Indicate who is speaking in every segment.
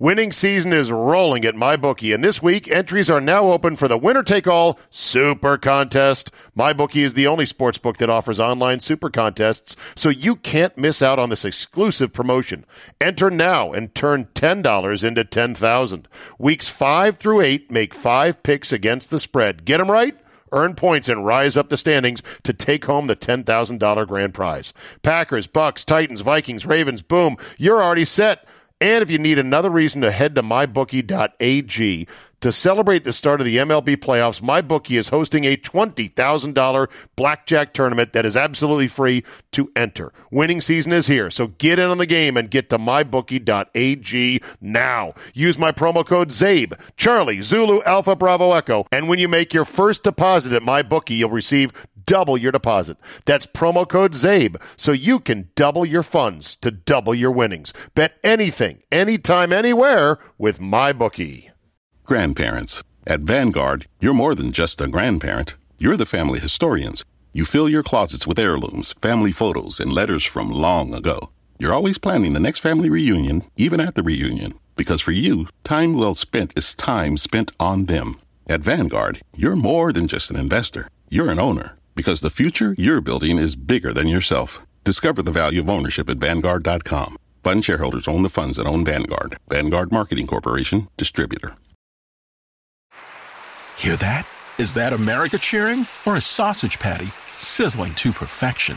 Speaker 1: Winning season is rolling at MyBookie, and this week entries are now open for the winner take all super contest. MyBookie is the only sports book that offers online super contests, so you can't miss out on this exclusive promotion. Enter now and turn $10 into 10000 Weeks 5 through 8 make five picks against the spread. Get them right? earn points and rise up the standings to take home the $10,000 grand prize. Packers, Bucks, Titans, Vikings, Ravens, boom, you're already set. And if you need another reason to head to mybookie.ag to celebrate the start of the MLB playoffs, MyBookie is hosting a $20,000 blackjack tournament that is absolutely free to enter. Winning season is here, so get in on the game and get to mybookie.ag now. Use my promo code ZABE, Charlie, Zulu, Alpha, Bravo, Echo, and when you make your first deposit at MyBookie, you'll receive double your deposit. That's promo code ZABE, so you can double your funds to double your winnings. Bet anything, anytime, anywhere with MyBookie.
Speaker 2: Grandparents. At Vanguard, you're more than just a grandparent, you're the family historians. You fill your closets with heirlooms, family photos, and letters from long ago. You're always planning the next family reunion, even at the reunion, because for you, time well spent is time spent on them. At Vanguard, you're more than just an investor, you're an owner, because the future you're building is bigger than yourself. Discover the value of ownership at Vanguard.com. Fund shareholders own the funds that own Vanguard. Vanguard Marketing Corporation, distributor.
Speaker 3: Hear that? Is that America cheering or a sausage patty sizzling to perfection?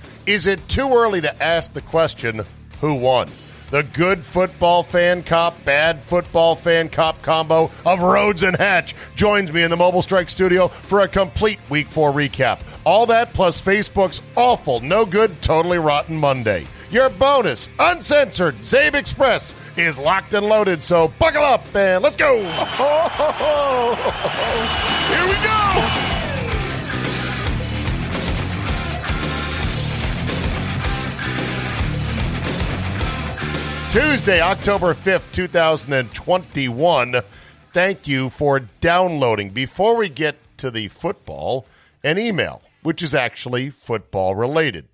Speaker 1: Is it too early to ask the question, who won? The good football fan cop, bad football fan cop combo of Rhodes and Hatch joins me in the Mobile Strike studio for a complete Week 4 recap. All that plus Facebook's awful, no good, totally rotten Monday. Your bonus, uncensored Zabe Express is locked and loaded, so buckle up and let's go. Here we go. Tuesday, October 5th, 2021. Thank you for downloading. Before we get to the football, an email, which is actually football related.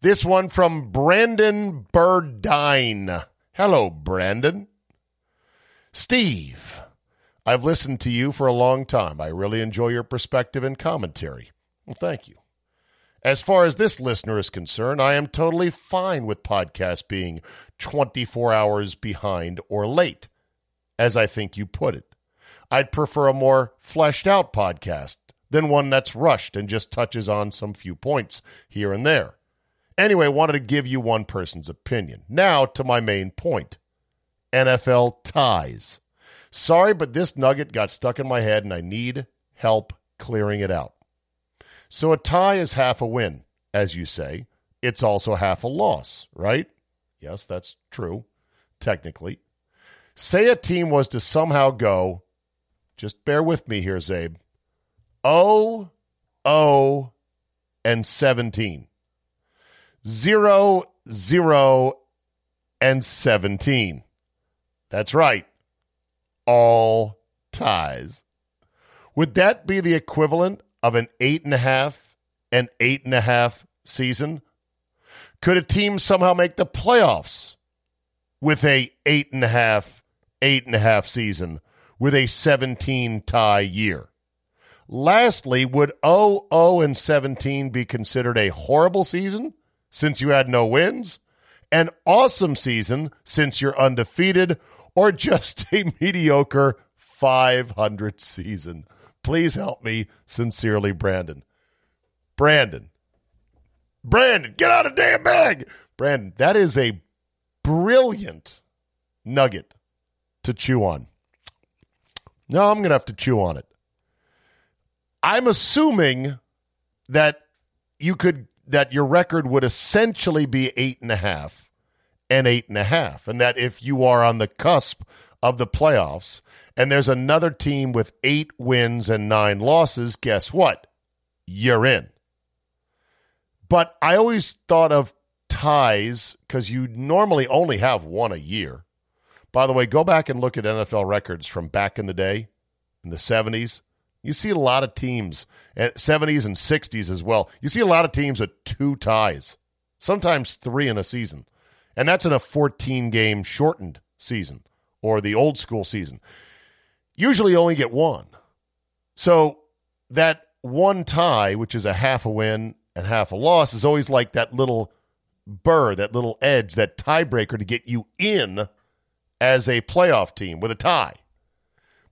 Speaker 1: This one from Brandon Burdine. Hello, Brandon. Steve, I've listened to you for a long time. I really enjoy your perspective and commentary. Well, thank you. As far as this listener is concerned, I am totally fine with podcasts being 24 hours behind or late, as I think you put it. I'd prefer a more fleshed out podcast than one that's rushed and just touches on some few points here and there. Anyway, wanted to give you one person's opinion. Now to my main point NFL ties. Sorry, but this nugget got stuck in my head and I need help clearing it out. So a tie is half a win, as you say. It's also half a loss, right? Yes, that's true, technically. Say a team was to somehow go, just bear with me here, Zabe, 0 0 and 17. 0 0 and 17. That's right all ties. Would that be the equivalent of an eight and a half and eight and a half season? Could a team somehow make the playoffs with a eight and a half, eight and a half season with a 17 tie year? Lastly, would 0 0 and 17 be considered a horrible season since you had no wins? An awesome season since you're undefeated? or just a mediocre 500 season? Please help me. Sincerely, Brandon. Brandon. Brandon, get out of damn bag. Brandon, that is a brilliant nugget to chew on. No, I'm going to have to chew on it. I'm assuming that you could that your record would essentially be eight and a half and eight and a half. And that if you are on the cusp of the playoffs, and there's another team with eight wins and nine losses, guess what? You're in. But I always thought of ties because you normally only have one a year. By the way, go back and look at NFL records from back in the day in the 70s. You see a lot of teams, at 70s and 60s as well. You see a lot of teams with two ties, sometimes three in a season. And that's in a 14 game shortened season or the old school season. Usually you only get one. So that one tie, which is a half a win and half a loss, is always like that little burr, that little edge, that tiebreaker to get you in as a playoff team with a tie.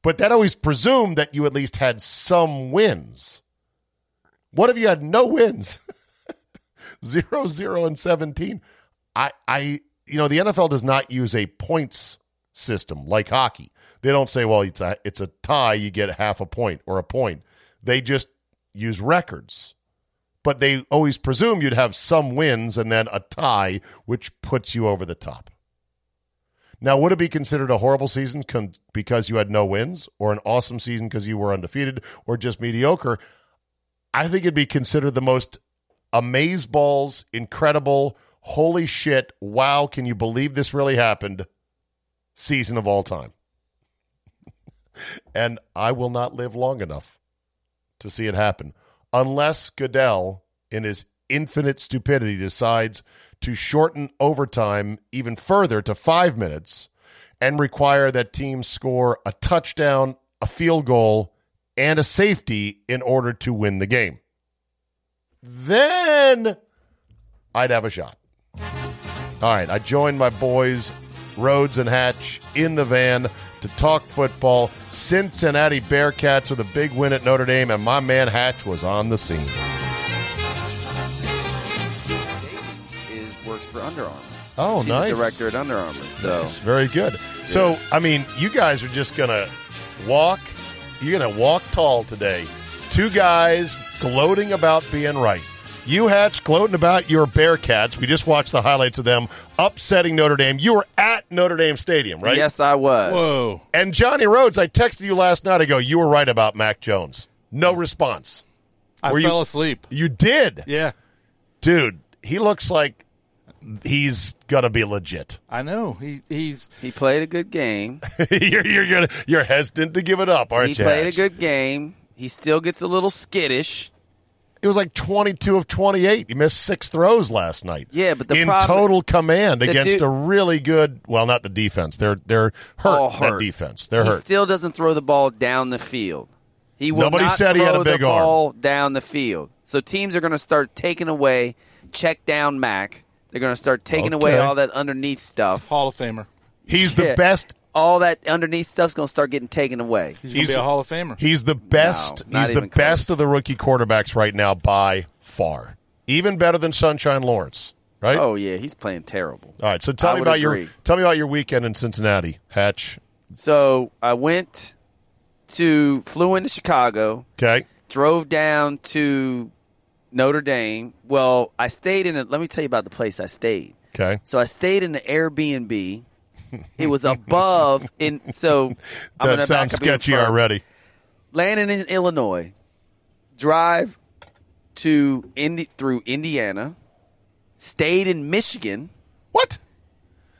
Speaker 1: But that always presumed that you at least had some wins. What if you had no wins? zero, zero, and 17. I, I, you know, the NFL does not use a points system like hockey. They don't say, well, it's a, it's a tie, you get half a point or a point. They just use records. But they always presume you'd have some wins and then a tie, which puts you over the top. Now, would it be considered a horrible season con- because you had no wins, or an awesome season because you were undefeated, or just mediocre? I think it'd be considered the most amazeballs, incredible, holy shit, wow, can you believe this really happened season of all time. and I will not live long enough to see it happen unless Goodell, in his infinite stupidity, decides to shorten overtime even further to five minutes and require that teams score a touchdown, a field goal, and a safety in order to win the game. Then I'd have a shot. All right, I joined my boys Rhodes and Hatch in the van to talk football. Cincinnati Bearcats with a big win at Notre Dame, and my man Hatch was on the scene.
Speaker 4: is works for Under Armour.
Speaker 1: Oh,
Speaker 4: She's a
Speaker 1: nice.
Speaker 4: director at Under Armour. So
Speaker 1: Nice. Very good. So, I mean, you guys are just going to walk. You're going to walk tall today. Two guys gloating about being right. You, Hatch, gloating about your Bearcats. We just watched the highlights of them upsetting Notre Dame. You were at Notre Dame Stadium, right?
Speaker 4: yes, I was.
Speaker 5: Whoa.
Speaker 1: And Johnny Rhodes, I texted you last night. I go, you were right about Mac Jones. No response.
Speaker 5: I
Speaker 1: Were you-
Speaker 5: fell asleep.
Speaker 1: You did,
Speaker 5: Yeah.
Speaker 1: dude. He looks like he's gonna be legit.
Speaker 5: I know. He he's
Speaker 4: He played a good game.
Speaker 1: you're you're gonna, you're hesitant to give it up, aren't
Speaker 4: He
Speaker 1: you?
Speaker 4: played a
Speaker 1: Hatch?
Speaker 4: good game. He still gets a little skittish.
Speaker 1: It was like twenty two of twenty eight. He missed six throws last night.
Speaker 4: Yeah, but the
Speaker 1: in
Speaker 4: problem-
Speaker 1: total command
Speaker 4: The
Speaker 1: against
Speaker 4: dude-
Speaker 1: a really good. Well, not the defense. They're they're hurt.
Speaker 4: All
Speaker 1: That
Speaker 4: hurt.
Speaker 1: defense. They're
Speaker 4: he
Speaker 1: hurt.
Speaker 4: still doesn't throw the ball down the field. He will
Speaker 1: Nobody
Speaker 4: not
Speaker 1: said he
Speaker 4: throw
Speaker 1: had a big
Speaker 4: the
Speaker 1: arm.
Speaker 4: ball down the field. So teams are going to start taking away check down Mac. They're going to start taking away
Speaker 1: Okay.
Speaker 4: all that underneath stuff.
Speaker 5: Hall of Famer.
Speaker 1: he's the
Speaker 4: Yeah.
Speaker 1: best.
Speaker 4: All that underneath stuff's going to start getting taken away.
Speaker 5: He's, gonna
Speaker 1: He's-
Speaker 5: be a Hall of Famer.
Speaker 1: He's the best.
Speaker 4: not
Speaker 1: he's the
Speaker 4: even close.
Speaker 1: best of the rookie quarterbacks right now by far. Even better than Sunshine Lawrence, right?
Speaker 4: Oh yeah, he's playing terrible.
Speaker 1: All right, so tell
Speaker 4: I
Speaker 1: me
Speaker 4: would
Speaker 1: about your
Speaker 4: agree.
Speaker 1: tell me about your weekend in Cincinnati, Hatch.
Speaker 4: So I went to flew into Chicago.
Speaker 1: Okay,
Speaker 4: drove down to Notre Dame. Well, I stayed in it. Let me tell you about the place I stayed.
Speaker 1: okay.
Speaker 4: So I stayed in the Airbnb. It was above in so I'm gonna
Speaker 1: that sounds
Speaker 4: back up even
Speaker 1: sketchy
Speaker 4: further.
Speaker 1: already.
Speaker 4: Landing in Illinois, drive to Indi- through Indiana, stayed in Michigan.
Speaker 1: What?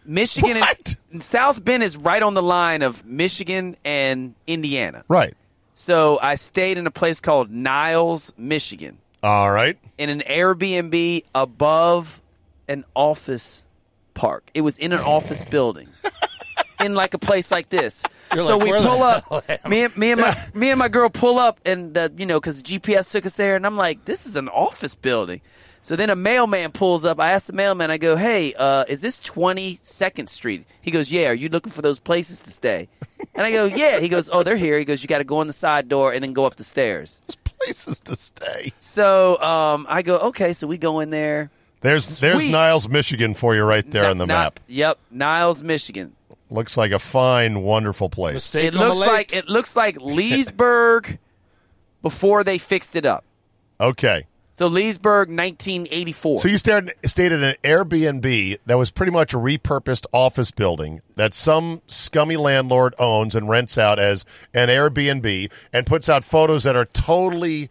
Speaker 4: Michigan and-
Speaker 1: What?
Speaker 4: and South Bend is right on the line of Michigan and Indiana.
Speaker 1: Right.
Speaker 4: So I stayed in a place called Niles, Michigan.
Speaker 1: All right.
Speaker 4: in an Airbnb above an office park. It was in an office building. In like a place like this, so
Speaker 5: like,
Speaker 4: we
Speaker 5: "Where the
Speaker 4: pull up. Me and me and my me and my girl pull up, and the you know because GPS took us there, and I'm like, this is an office building. So then a mailman pulls up. I ask the mailman, I go, hey, uh, is this 22nd Street? He goes, yeah. Are you looking for those places to stay? And I go, yeah. He goes, oh, they're here. He goes, you got to go in the side door and then go up the stairs.
Speaker 1: There's places to stay.
Speaker 4: So um, I go, okay, so we go in there.
Speaker 1: There's there's
Speaker 4: Sweet.
Speaker 1: Niles, Michigan for you right there
Speaker 4: Ni-
Speaker 1: on the
Speaker 4: Ni-
Speaker 1: map.
Speaker 4: Yep, Niles, Michigan.
Speaker 1: Looks like a fine, wonderful place.
Speaker 5: Mistake
Speaker 4: it
Speaker 5: on the
Speaker 4: looks
Speaker 5: lake.
Speaker 4: like it looks like Leesburg before they fixed it up.
Speaker 1: Okay.
Speaker 4: So Leesburg, 1984.
Speaker 1: So you stayed, stayed at an Airbnb that was pretty much a repurposed office building that some scummy landlord owns and rents out as an Airbnb and puts out photos that are totally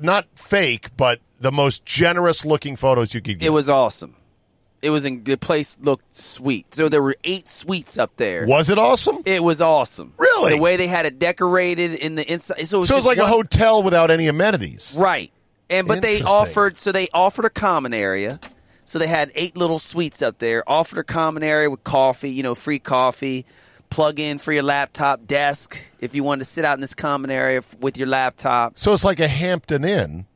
Speaker 1: not fake, but the most generous looking photos you could get.
Speaker 4: it was awesome. It was in the place looked sweet. So there were eight suites up there.
Speaker 1: Was it awesome?
Speaker 4: It was awesome.
Speaker 1: Really?
Speaker 4: The way they had it decorated in the inside. So it was,
Speaker 1: so it was
Speaker 4: just
Speaker 1: like a
Speaker 4: one-
Speaker 1: hotel without any amenities.
Speaker 4: Right. And but they
Speaker 1: Interesting.
Speaker 4: offered so they offered a common area. So they had eight little suites up there. Offered a common area with coffee, you know, free coffee, plug in for your laptop, desk if you wanted to sit out in this common area f- with your laptop.
Speaker 1: So it's like a Hampton Inn.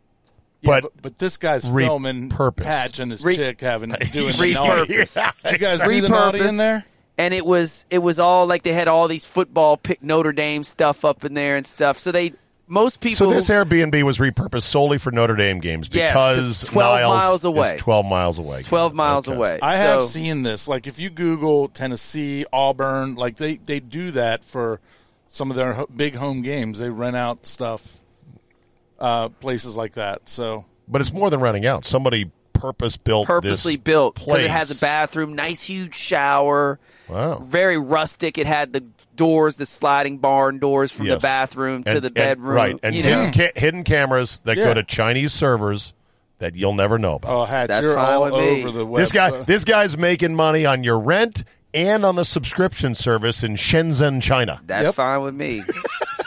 Speaker 5: Yeah,
Speaker 1: But,
Speaker 5: but, but this guy's filming
Speaker 1: repurposed.
Speaker 5: Patch and his
Speaker 4: Re-
Speaker 5: chick having doing the naughty.
Speaker 1: repurposed.
Speaker 5: You guys do the naughty in there?
Speaker 4: And it was it was all like they had all these football pick Notre Dame stuff up in there and stuff. So they most people
Speaker 1: so this Airbnb was repurposed solely for Notre Dame games
Speaker 4: Yes,
Speaker 1: because
Speaker 4: 'cause 12
Speaker 1: Niles
Speaker 4: miles
Speaker 1: is
Speaker 4: away.
Speaker 1: 12 miles away.
Speaker 4: 12 miles
Speaker 1: Okay.
Speaker 4: away.
Speaker 5: I have
Speaker 4: So-
Speaker 5: seen this. Like if you Google Tennessee, Auburn, like they they do that for some of their ho- big home games. They rent out stuff, uh, places like that. So
Speaker 1: But it's more than renting out. Somebody purpose built
Speaker 4: purposely
Speaker 1: this
Speaker 4: built because
Speaker 1: place.
Speaker 4: it has a bathroom, nice huge shower.
Speaker 1: Wow.
Speaker 4: Very rustic. It had the doors, the sliding barn doors from
Speaker 1: Yes.
Speaker 4: the bathroom to
Speaker 1: And-
Speaker 4: the
Speaker 1: and-
Speaker 4: bedroom.
Speaker 1: right, and
Speaker 4: you
Speaker 1: hidden,
Speaker 4: know,
Speaker 1: ca- hidden cameras that go
Speaker 5: Yeah.
Speaker 1: to Chinese servers that you'll never know about.
Speaker 5: oh, hat,
Speaker 4: That's
Speaker 5: you're
Speaker 4: fine
Speaker 5: all
Speaker 4: with me.
Speaker 5: over the web.
Speaker 1: this guy, this guy's making money on your rent and on the subscription service in Shenzhen, China.
Speaker 4: that's fine with me.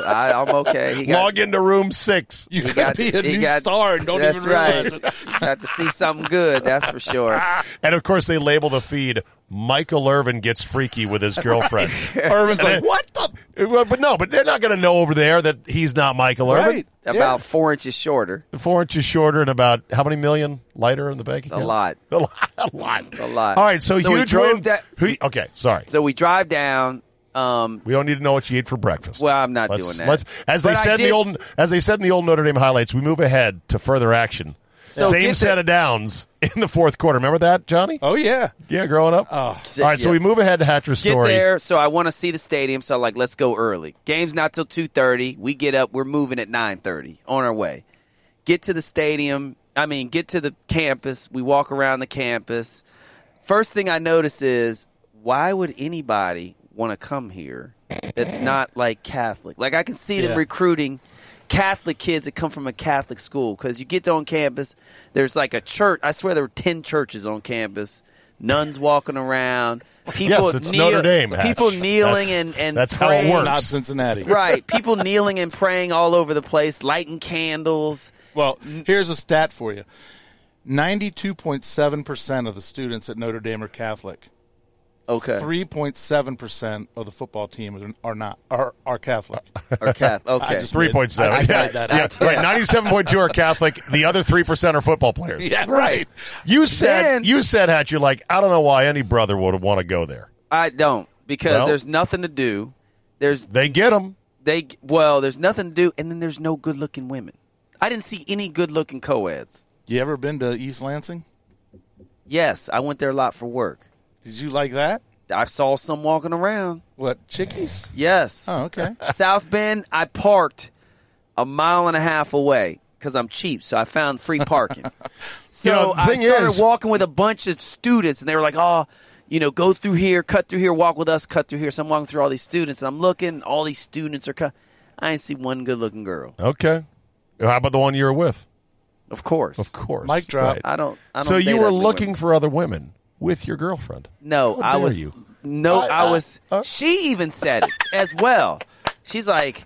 Speaker 4: I, I'm okay. He got,
Speaker 1: Log into room six.
Speaker 5: you could
Speaker 4: got-
Speaker 5: be a
Speaker 4: he
Speaker 5: new
Speaker 4: got-
Speaker 5: star and don't
Speaker 4: that's
Speaker 5: even realize
Speaker 4: right.
Speaker 5: it.
Speaker 4: got to see something good. That's for sure.
Speaker 1: And of course, they label the feed. Michael Irvin gets freaky with his girlfriend.
Speaker 5: Irvin's like, what the?
Speaker 1: Well, but no, but they're not going to know over there that he's not Michael Irvin.
Speaker 5: Right.
Speaker 4: About
Speaker 5: Yeah.
Speaker 4: four inches shorter.
Speaker 1: Four inches shorter and about how many million lighter in the bank account?
Speaker 4: lot.
Speaker 1: A lot. A lot.
Speaker 4: A lot.
Speaker 1: All right, so,
Speaker 4: So we
Speaker 1: huge
Speaker 4: drove
Speaker 1: win.
Speaker 4: that-
Speaker 1: Who- okay, sorry.
Speaker 4: So we drive down. Um,
Speaker 1: we don't need to know what you ate for breakfast.
Speaker 4: Well, I'm not
Speaker 1: Let's-
Speaker 4: doing that.
Speaker 1: Let's, as they
Speaker 4: But I
Speaker 1: said in the
Speaker 4: did-
Speaker 1: old, as they said in the old Notre Dame highlights, we move ahead to further action.
Speaker 4: So
Speaker 1: Same
Speaker 4: get
Speaker 1: set
Speaker 4: the-
Speaker 1: of downs in the fourth quarter. Remember that, Johnny?
Speaker 5: Oh yeah,
Speaker 1: Yeah, growing up. All right, so
Speaker 4: yeah.
Speaker 1: we move ahead to Hatcher's
Speaker 4: get
Speaker 1: story.
Speaker 4: there so i want to see the stadium so like let's go early game's not till 2.30 we get up we're moving at 9.30 on our way get to the stadium i mean get to the campus we walk around the campus first thing i notice is why would anybody want to come here that's not like catholic like i can see them
Speaker 5: Yeah.
Speaker 4: recruiting catholic kids that come from a catholic school because you get on campus there's like a church i swear there were 10 churches on campus nuns walking around people
Speaker 1: Yes, it's
Speaker 4: kneel-
Speaker 1: Notre Dame, Hatch.
Speaker 4: People kneeling
Speaker 1: That's-
Speaker 4: and and
Speaker 1: that's how it
Speaker 4: praying.
Speaker 1: works.
Speaker 5: uh, not Cincinnati.
Speaker 4: Right, people kneeling and praying all over the place, lighting candles.
Speaker 5: Well, here's a stat for you: ninety-two point seven percent of the students at Notre Dame are Catholic.
Speaker 4: Okay,
Speaker 5: Three point seven percent of the football team are not are, are Catholic.
Speaker 4: or Catholic. Okay,
Speaker 5: just-
Speaker 1: Three point seven.
Speaker 5: I
Speaker 1: Yeah,
Speaker 5: just made that up.
Speaker 1: yeah, right. Ninety-seven point two are Catholic. The other three percent are football players.
Speaker 5: yeah, right.
Speaker 1: You said
Speaker 4: Then-
Speaker 1: you said Hatch. You're like I don't know why any brother would want to go there.
Speaker 4: I don't because
Speaker 1: Well-
Speaker 4: there's nothing to do. There's
Speaker 1: They get them.
Speaker 4: they well, there's nothing to do, and then there's no good looking women. I didn't see any good looking co-eds.
Speaker 5: You ever been to East Lansing?
Speaker 4: Yes, I went there a lot for work.
Speaker 5: Did you like that?
Speaker 4: I saw some walking around.
Speaker 5: What chickies?
Speaker 4: Yes.
Speaker 5: Oh, okay.
Speaker 4: South Bend, I parked a mile and a half away because I'm cheap, so I found free parking. so
Speaker 1: You know, the
Speaker 4: I
Speaker 1: thing
Speaker 4: started
Speaker 1: is-
Speaker 4: walking with a bunch of students, and they were like, "Oh, you know, go through here, cut through here, walk with us, cut through here." So I'm walking through all these students, and I'm looking. All these students are. Cut. I ain't see one good looking girl.
Speaker 1: Okay. How about the one you were with?
Speaker 4: Of course,
Speaker 1: Of course.
Speaker 5: Mic drop.
Speaker 4: I don't. I don't
Speaker 1: so
Speaker 4: date
Speaker 1: you were
Speaker 4: ugly
Speaker 1: looking
Speaker 4: women.
Speaker 1: for other women with your girlfriend.
Speaker 4: No,
Speaker 1: How
Speaker 4: I
Speaker 1: dare
Speaker 4: was.
Speaker 1: you.
Speaker 4: No,
Speaker 1: I-
Speaker 4: I,
Speaker 1: I-
Speaker 4: was.
Speaker 1: uh.
Speaker 4: she even said it as well. She's like,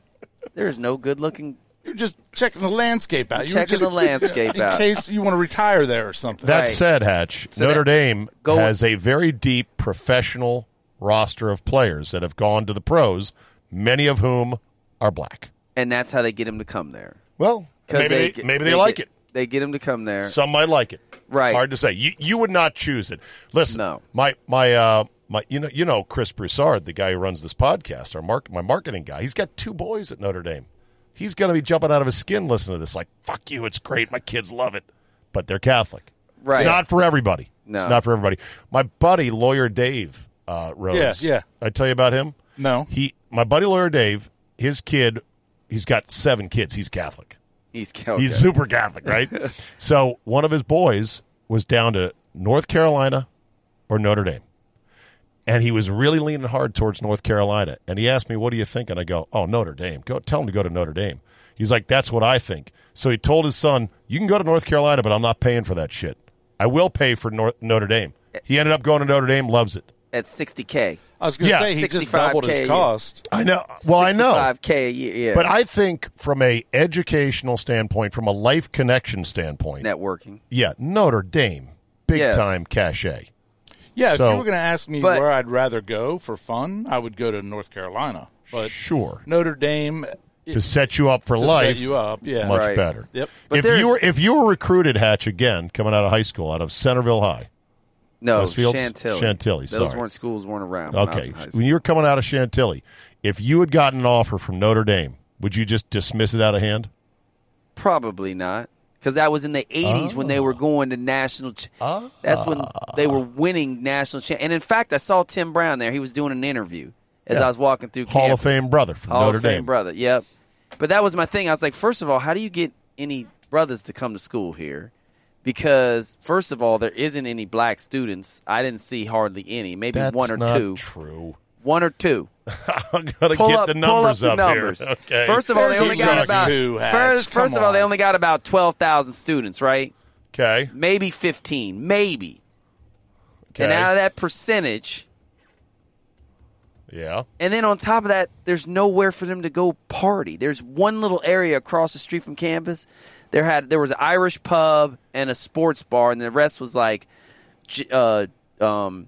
Speaker 4: "There's no good looking."
Speaker 5: You're just checking the landscape out. You were
Speaker 4: Checking
Speaker 5: just-
Speaker 4: the landscape
Speaker 5: in
Speaker 4: out.
Speaker 5: case you want to retire there or something.
Speaker 1: That
Speaker 4: Right.
Speaker 1: said, Hatch,
Speaker 4: So
Speaker 1: Notre
Speaker 4: that-
Speaker 1: Dame
Speaker 4: go-
Speaker 1: has a very deep professional roster of players that have gone to the pros, many of whom are black.
Speaker 4: and that's how they get him to come there.
Speaker 1: Well,
Speaker 4: 'Cause
Speaker 1: maybe they,
Speaker 4: get-
Speaker 1: maybe they, like
Speaker 4: get-
Speaker 1: it.
Speaker 4: They get him to come there.
Speaker 1: Some might like it.
Speaker 4: Right.
Speaker 1: Hard to say. You you would not choose it. Listen,
Speaker 4: No.
Speaker 1: my my uh my you know you know Chris Broussard, the guy who runs this podcast, our mark my marketing guy. He's got two boys at Notre Dame. He's gonna be jumping out of his skin listening to this. Like fuck you, it's great. My kids love it, but they're Catholic.
Speaker 4: Right.
Speaker 1: It's not for everybody.
Speaker 4: No.
Speaker 1: It's not for everybody. My buddy, lawyer Dave uh, Rhodes.
Speaker 5: Yeah, yeah.
Speaker 1: I tell you about him.
Speaker 5: No.
Speaker 1: He, my buddy, lawyer Dave, his kid, he's got seven kids. He's Catholic.
Speaker 4: He's killed.
Speaker 1: He's super Catholic, right? so one of his boys was down to North Carolina or Notre Dame. And he was really leaning hard towards North Carolina. And he asked me, What do you think? And I go, Oh, Notre Dame. Go tell him to go to Notre Dame. He's like, That's what I think. So he told his son, You can go to North Carolina, but I'm not paying for that shit. I will pay for North, Notre Dame. He ended up going to Notre Dame, loves it.
Speaker 4: at 60K.
Speaker 5: I was going to
Speaker 1: Yeah.
Speaker 5: say he just
Speaker 4: 65K
Speaker 5: doubled
Speaker 4: a year.
Speaker 5: his cost.
Speaker 1: I know. Well, I know.
Speaker 4: 5K a year. Yeah.
Speaker 1: But I think from a educational standpoint, from a life connection standpoint,
Speaker 4: Networking.
Speaker 1: yeah, Notre Dame, big
Speaker 4: Yes.
Speaker 1: time cachet.
Speaker 5: Yeah, if
Speaker 1: So-
Speaker 5: you were going to ask me
Speaker 4: But-
Speaker 5: where I'd rather go for fun, I would go to North Carolina. But
Speaker 1: Sure,
Speaker 5: Notre Dame
Speaker 1: to set you up for
Speaker 5: to
Speaker 1: life,
Speaker 5: set you up, yeah,
Speaker 1: much
Speaker 4: Right.
Speaker 1: better.
Speaker 5: Yep.
Speaker 4: But
Speaker 1: if
Speaker 4: there's-
Speaker 1: you were if you were recruited, Hatch again coming out of high school, out of Centerville High.
Speaker 4: No,
Speaker 1: Westfield's?
Speaker 4: Chantilly.
Speaker 1: Chantilly,
Speaker 4: Those
Speaker 1: sorry.
Speaker 4: weren't schools weren't around. When I was
Speaker 1: Okay,
Speaker 4: in high school.
Speaker 1: when you were coming out of Chantilly, if you had gotten an offer from Notre Dame, would you just dismiss it out of hand?
Speaker 4: Probably not. Because I was in the 80s when they were
Speaker 1: Oh.
Speaker 4: going to national. Ch- That's when they
Speaker 1: Ah.
Speaker 4: were winning national. Cha- and in fact, I saw Tim Brown there. He was doing an interview as I was walking through
Speaker 1: Hall of
Speaker 4: campus.
Speaker 1: Fame brother from
Speaker 4: Hall
Speaker 1: Notre
Speaker 4: of Fame
Speaker 1: Dame.
Speaker 4: brother, yep. But that was my thing. I was like, first of all, how do you get any brothers to come to school here? Because first of all, there isn't any black students. I didn't see hardly any. Maybe
Speaker 1: That's
Speaker 4: one or
Speaker 1: not
Speaker 4: two.
Speaker 1: true.
Speaker 4: One or two.
Speaker 1: I'm gonna
Speaker 4: Pull
Speaker 1: get
Speaker 4: up
Speaker 1: the
Speaker 4: pull up
Speaker 1: numbers
Speaker 4: the
Speaker 1: up
Speaker 4: numbers.
Speaker 1: here. Okay.
Speaker 4: First of all, they
Speaker 5: There's
Speaker 4: only got
Speaker 5: only
Speaker 4: about
Speaker 5: two hats.
Speaker 4: first,
Speaker 5: Come
Speaker 4: first of all, they
Speaker 5: on.
Speaker 4: only got about twelve thousand students, right?
Speaker 1: okay,
Speaker 4: Maybe fifteen, maybe.
Speaker 1: okay,
Speaker 4: And out of that percentage,
Speaker 1: yeah.
Speaker 4: and then on top of that, there's nowhere for them to go party. There's one little area across the street from campus. There had there was an Irish pub and a sports bar, and the rest was like, j- uh, um,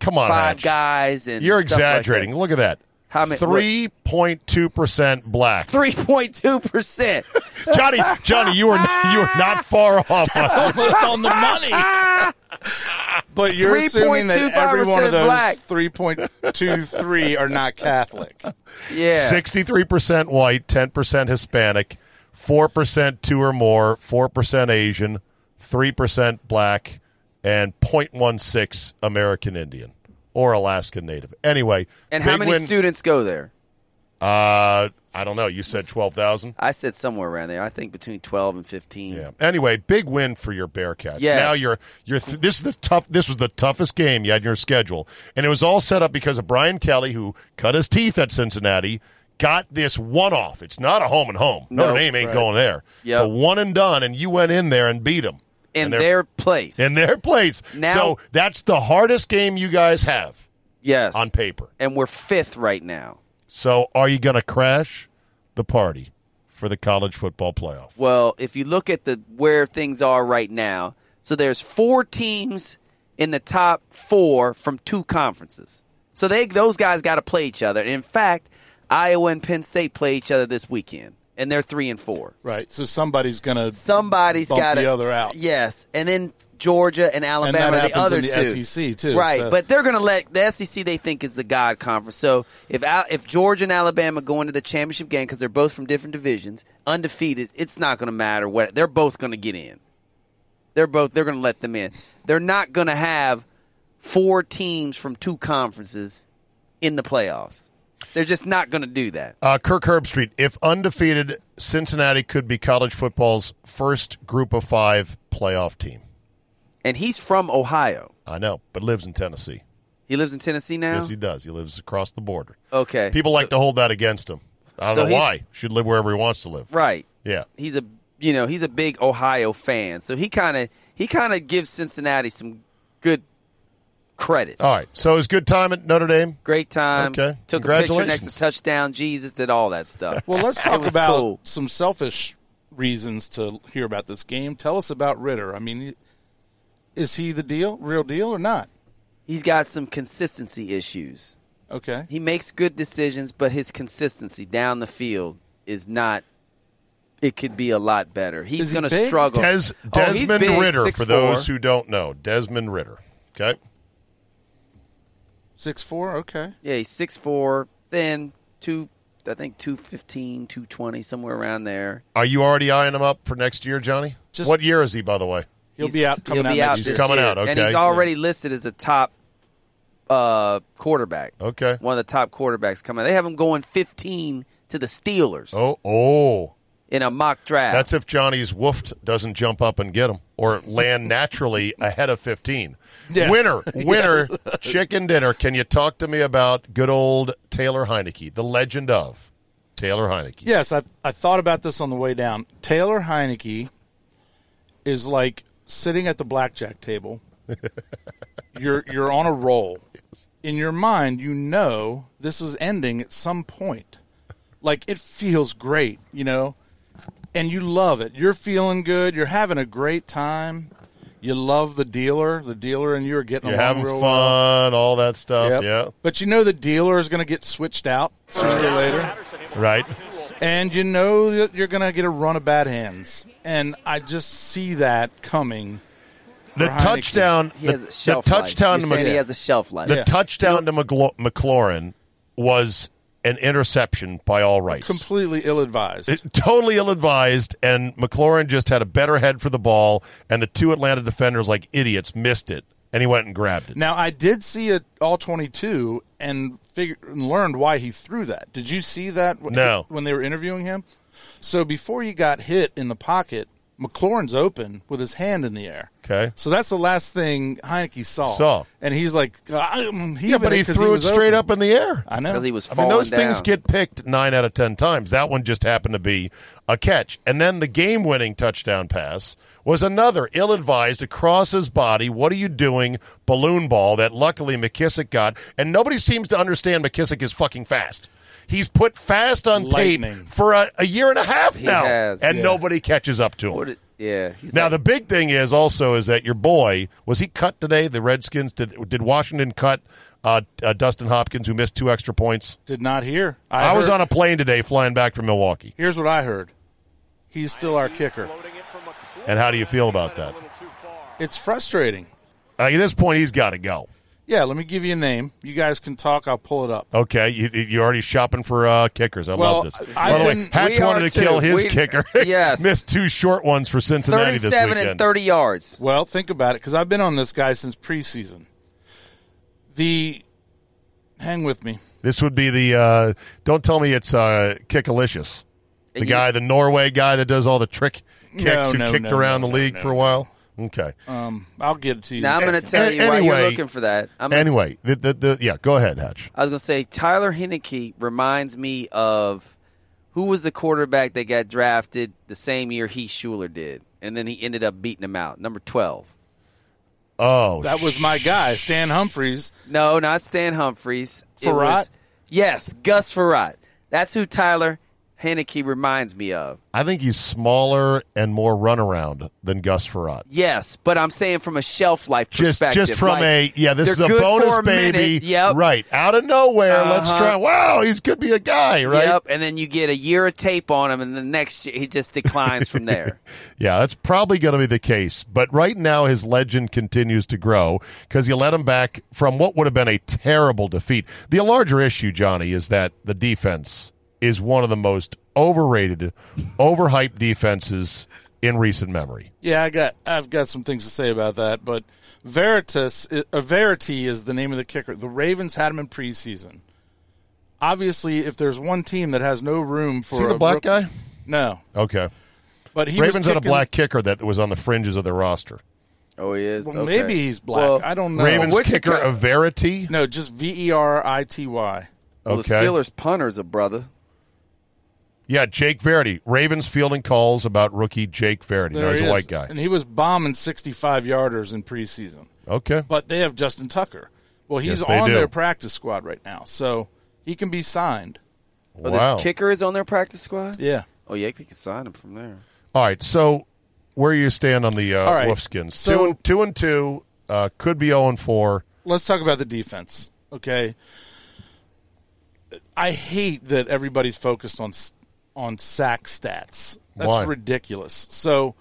Speaker 1: Come on,
Speaker 4: five
Speaker 1: Hatch.
Speaker 4: guys and
Speaker 1: You're exaggerating. Look at that.
Speaker 4: How many-
Speaker 1: Three point two percent black.
Speaker 4: Three point two percent.
Speaker 1: Johnny, Johnny, you were you were not far off. Uh,
Speaker 5: almost on the money. But you're assuming that every one
Speaker 4: 3.25%
Speaker 5: of those
Speaker 4: black.
Speaker 5: 3.23 are not Catholic.
Speaker 4: Yeah,
Speaker 1: Sixty-three percent white, ten percent Hispanic, four percent two or more, four percent Asian, three percent black, and 0.16 American Indian or Alaska Native. Anyway,
Speaker 4: And how
Speaker 1: big
Speaker 4: many
Speaker 1: win-
Speaker 4: students go there?
Speaker 1: Uh, I don't know. You said twelve thousand.
Speaker 4: I said somewhere around there. I think between twelve and fifteen.
Speaker 1: Yeah. Anyway, big win for your Bearcats.
Speaker 4: Yes.
Speaker 1: Now you're you're th- this is the tough this was the toughest game you had in your schedule. And it was all set up because of Brian Kelly who cut his teeth at Cincinnati, got this one off. It's not a home and home.
Speaker 4: No.
Speaker 1: Notre Dame ain't going there.
Speaker 4: Yep.
Speaker 1: It's a one and done and you went in there and beat them.
Speaker 4: in
Speaker 1: and
Speaker 4: their,
Speaker 1: they're-
Speaker 4: place.
Speaker 1: in their place.
Speaker 4: Now-
Speaker 1: so that's the hardest game you guys have
Speaker 4: yes,
Speaker 1: on paper.
Speaker 4: and we're fifth right now.
Speaker 1: So are you going to crash the party for the college football playoff?
Speaker 4: Well, if you look at the where things are right now, so there's four teams in the top four from two conferences. So they those guys got to play each other. In fact, Iowa and Penn State play each other this weekend, and they're three and four.
Speaker 5: Right. So somebody's going to
Speaker 4: Somebody's
Speaker 5: Bump
Speaker 4: got
Speaker 5: the other out.
Speaker 4: Yes, and then Georgia and Alabama, are the
Speaker 5: happens
Speaker 4: other
Speaker 5: in the
Speaker 4: two.
Speaker 5: SEC too,
Speaker 4: Right,
Speaker 5: so-
Speaker 4: but they're going to let the SEC. They think is the God conference. So if Al- if Georgia and Alabama go into the championship game because they're both from different divisions, undefeated, it's not going to matter what they're both going to get in. They're both they're going to let them in. They're not going to have four teams from two conferences in the playoffs. They're just not going to do that.
Speaker 1: Uh, Kirk Herbstreit, if undefeated, Cincinnati could be college football's first group of five playoff team.
Speaker 4: And he's from Ohio.
Speaker 1: I know, but lives in Tennessee.
Speaker 4: He lives in Tennessee now.
Speaker 1: Yes, he does. He lives across the border.
Speaker 4: okay.
Speaker 1: People like to hold that against him. I don't
Speaker 4: So
Speaker 1: know
Speaker 4: he's-
Speaker 1: why. Should live wherever he wants to live.
Speaker 4: right.
Speaker 1: Yeah.
Speaker 4: he's a you know he's a big Ohio fan, so he kind of he kind of gives Cincinnati some good credit.
Speaker 1: All right. So it was good time at Notre Dame.
Speaker 4: Great time.
Speaker 1: Oh, Okay.
Speaker 4: took a picture next
Speaker 1: Congratulations.
Speaker 4: to touchdown. Jesus did all that stuff.
Speaker 5: Well, let's
Speaker 4: It
Speaker 5: talk
Speaker 4: was
Speaker 5: about
Speaker 4: cool.
Speaker 5: some selfish reasons to hear about this game. Tell us about Ritter. I mean, is he the deal, real deal, or not?
Speaker 4: He's got some consistency issues.
Speaker 5: Okay.
Speaker 4: He makes good decisions, but his consistency down the field is not. It could be a lot better.
Speaker 5: Is
Speaker 4: He's
Speaker 5: he
Speaker 4: going to
Speaker 5: big?
Speaker 4: struggle.
Speaker 1: Des-
Speaker 4: Oh, he's
Speaker 1: Desmond
Speaker 4: big,
Speaker 1: Ritter,
Speaker 4: 6'4".
Speaker 1: for those who don't know. Desmond Ritter. Okay.
Speaker 5: Six four. Okay.
Speaker 4: Yeah, he's six four, then two. I think 215, 220, somewhere around there.
Speaker 1: Are you already eyeing him up for next year, Johnny?
Speaker 5: Just-
Speaker 1: what year is he, by the way?
Speaker 5: He'll
Speaker 4: He's-
Speaker 5: be out coming
Speaker 4: he'll be
Speaker 5: out
Speaker 4: out
Speaker 5: next
Speaker 4: this
Speaker 5: year.
Speaker 1: Coming
Speaker 4: year.
Speaker 1: out,
Speaker 4: and
Speaker 1: okay.
Speaker 4: he's already listed as a top uh, quarterback.
Speaker 1: Okay.
Speaker 4: one of the top quarterbacks coming. out. They have him going 15 to the Steelers.
Speaker 1: Oh, oh.
Speaker 4: in a mock draft.
Speaker 1: That's if Johnny's woofed doesn't jump up and get him or land naturally ahead of 15.
Speaker 5: Yes.
Speaker 1: Winner, winner, chicken dinner. Can you talk to me about good old Taylor Heineke, the legend of Taylor Heineke?
Speaker 5: Yes, I, I thought about this on the way down. Taylor Heineke is like sitting at the blackjack table. you're you're on a roll. In your mind, you know this is ending at some point. Like it feels great, you know, and you love it. You're feeling good. You're having a great time. You love the dealer. The dealer and you are getting
Speaker 1: You're
Speaker 5: along
Speaker 1: having
Speaker 4: uh,
Speaker 5: real
Speaker 1: fun,
Speaker 5: well.
Speaker 1: all that stuff.
Speaker 5: Yep.
Speaker 1: Yeah.
Speaker 5: But you know the dealer is going to get switched out sooner or later
Speaker 1: Right.
Speaker 5: and you know that you're going to get a run of bad hands. And I just see that coming.
Speaker 1: The
Speaker 5: Heineke.
Speaker 1: touchdown,
Speaker 4: he
Speaker 1: the,
Speaker 4: has a
Speaker 1: the
Speaker 4: shelf
Speaker 1: touchdown
Speaker 4: life.
Speaker 1: to
Speaker 4: You're saying he
Speaker 1: Mc-
Speaker 4: has a shelf life.
Speaker 1: the touchdown to McLau- McLaurin was an interception by all rights.
Speaker 5: Completely ill advised.
Speaker 1: It- totally ill-advised, and McLaurin just had a better head for the ball, and the two Atlanta defenders, like idiots, missed it, and he went and grabbed it.
Speaker 5: Now, I did see it all 22 and figure, and learned why he threw that. Did you see that w-
Speaker 1: No.
Speaker 5: when they were interviewing him? So before he got hit in the pocket, McLaurin's open with his hand in the air.
Speaker 1: Okay.
Speaker 5: So that's the last thing Heineke saw.
Speaker 1: Saw.
Speaker 5: And he's like, "I'm
Speaker 1: Yeah, but he threw it straight up in the air.
Speaker 5: I know.
Speaker 4: because he was
Speaker 1: I
Speaker 4: falling
Speaker 1: mean, those
Speaker 4: down.
Speaker 1: things get picked nine out of ten times. That one just happened to be a catch. And then the game winning touchdown pass was another ill advised across his body. What are you doing? Balloon ball that luckily McKissick got. And nobody seems to understand McKissick is fucking fast. He's put fast on
Speaker 5: Lightning.
Speaker 1: tape for a, a year and a half
Speaker 4: He
Speaker 1: now,
Speaker 4: has,
Speaker 1: and
Speaker 4: yeah.
Speaker 1: nobody catches up to him.
Speaker 4: What is- yeah. He's
Speaker 1: Now
Speaker 4: like-
Speaker 1: the big thing is also is that your boy was he cut today? The Redskins did did Washington cut uh, uh, Dustin Hopkins who missed two extra points?
Speaker 5: Did not hear.
Speaker 1: I, was
Speaker 5: heard-
Speaker 1: on a plane today flying back from Milwaukee.
Speaker 5: Here's what I heard. He's still our kicker.
Speaker 1: And how do you feel about that?
Speaker 5: It's frustrating.
Speaker 1: Like, at this point, he's got to go.
Speaker 5: Yeah, let me give you a name. You guys can talk. I'll pull it up.
Speaker 1: Okay, you, you're already shopping for uh, kickers. I love
Speaker 5: Well,
Speaker 1: this.
Speaker 5: I-
Speaker 1: By the way,
Speaker 5: I've been-
Speaker 1: Hatch
Speaker 4: we
Speaker 1: wanted
Speaker 4: are
Speaker 1: to kill
Speaker 4: too.
Speaker 1: his
Speaker 4: We-
Speaker 1: kicker.
Speaker 4: yes.
Speaker 1: missed two short ones for Cincinnati this
Speaker 4: 37
Speaker 1: weekend.
Speaker 4: and 30 yards.
Speaker 5: Well, think about it because I've been on this guy since preseason. The hang with me.
Speaker 1: This would be the. Uh, don't tell me it's uh, Kickalicious, the
Speaker 4: You-
Speaker 1: guy, the Norway guy that does all the trick kicks
Speaker 5: No,
Speaker 1: who
Speaker 5: no,
Speaker 1: kicked
Speaker 5: no,
Speaker 1: around
Speaker 5: no,
Speaker 1: the
Speaker 5: no,
Speaker 1: league
Speaker 5: no,
Speaker 1: for a while. Okay.
Speaker 5: Um, I'll get it to you.
Speaker 4: Now I'm going to tell
Speaker 1: A-
Speaker 4: you why
Speaker 1: anyway-
Speaker 4: you're looking for that. I'm gonna
Speaker 1: anyway, the, the, the, yeah, go ahead, Hatch.
Speaker 4: I was gonna say Tyler Henneke reminds me of who was the quarterback that got drafted the same year he Schuler did, and then he ended up beating him out, number twelve.
Speaker 1: Oh,
Speaker 5: that was my guy, Stan Humphreys.
Speaker 4: No, not Stan Humphries. It
Speaker 5: Farrat?
Speaker 4: was- yes, Gus Farrat. That's who Tyler Henneke reminds me of.
Speaker 1: I think he's smaller and more runaround than Gus Farrat.
Speaker 4: Yes, but I'm saying from a shelf life
Speaker 1: Just,
Speaker 4: perspective,
Speaker 1: just from
Speaker 4: like,
Speaker 1: a yeah, this
Speaker 4: they're
Speaker 1: is a
Speaker 4: good
Speaker 1: bonus,
Speaker 4: for a minute.
Speaker 1: baby.
Speaker 4: Yep.
Speaker 1: Right, out of nowhere. Let's
Speaker 4: Uh-huh.
Speaker 1: try. Wow, he's could be a guy, right?
Speaker 4: Yep, and then you get a year of tape on him, and the next year he just declines from there.
Speaker 1: Yeah, that's probably going to be the case. But right now, his legend continues to grow because you let him back from what would have been a terrible defeat. The larger issue, Johnny, is that the defense is one of the most overrated, overhyped defenses in recent memory.
Speaker 5: Yeah, I got. I've got some things to say about that. But Veritas, uh, Verity is the name of the kicker. The Ravens had him in preseason. Obviously, if there's one team that has no room for
Speaker 1: See the
Speaker 5: a
Speaker 1: black
Speaker 5: rook-
Speaker 1: guy?
Speaker 5: no.
Speaker 1: Okay.
Speaker 5: But he was
Speaker 1: Ravens had a
Speaker 5: kicking-
Speaker 1: black kicker that was on the fringes of their roster.
Speaker 4: Oh, he is.
Speaker 5: Well,
Speaker 4: Okay.
Speaker 5: maybe he's black.
Speaker 4: Well,
Speaker 5: I don't know.
Speaker 1: Ravens
Speaker 4: Which
Speaker 1: kicker
Speaker 4: account-
Speaker 1: of Verity.
Speaker 5: No, just V E R I T Y.
Speaker 4: Well,
Speaker 1: Okay.
Speaker 4: oh, the Steelers punter's a brother.
Speaker 1: Yeah, Jake Verity. Ravens fielding calls about rookie Jake Verity. no, he's a white guy.
Speaker 5: And he was bombing 65 yarders in preseason.
Speaker 1: Okay.
Speaker 5: But they have Justin Tucker. Well, he's
Speaker 1: Yes, they
Speaker 5: on
Speaker 1: do.
Speaker 5: their practice squad right now. So he can be signed.
Speaker 4: Oh,
Speaker 1: wow.
Speaker 4: this kicker is on their practice squad.
Speaker 5: Yeah.
Speaker 4: Oh yeah, they can sign him from there.
Speaker 1: All right. So, where you stand on the uh,
Speaker 5: All right,
Speaker 1: Wolfskins? two
Speaker 5: so-
Speaker 1: and two and two uh, could be zero and four.
Speaker 5: Let's talk about the defense. Okay. I hate that everybody's focused on s- on sack stats. That's
Speaker 1: Why?
Speaker 5: ridiculous. So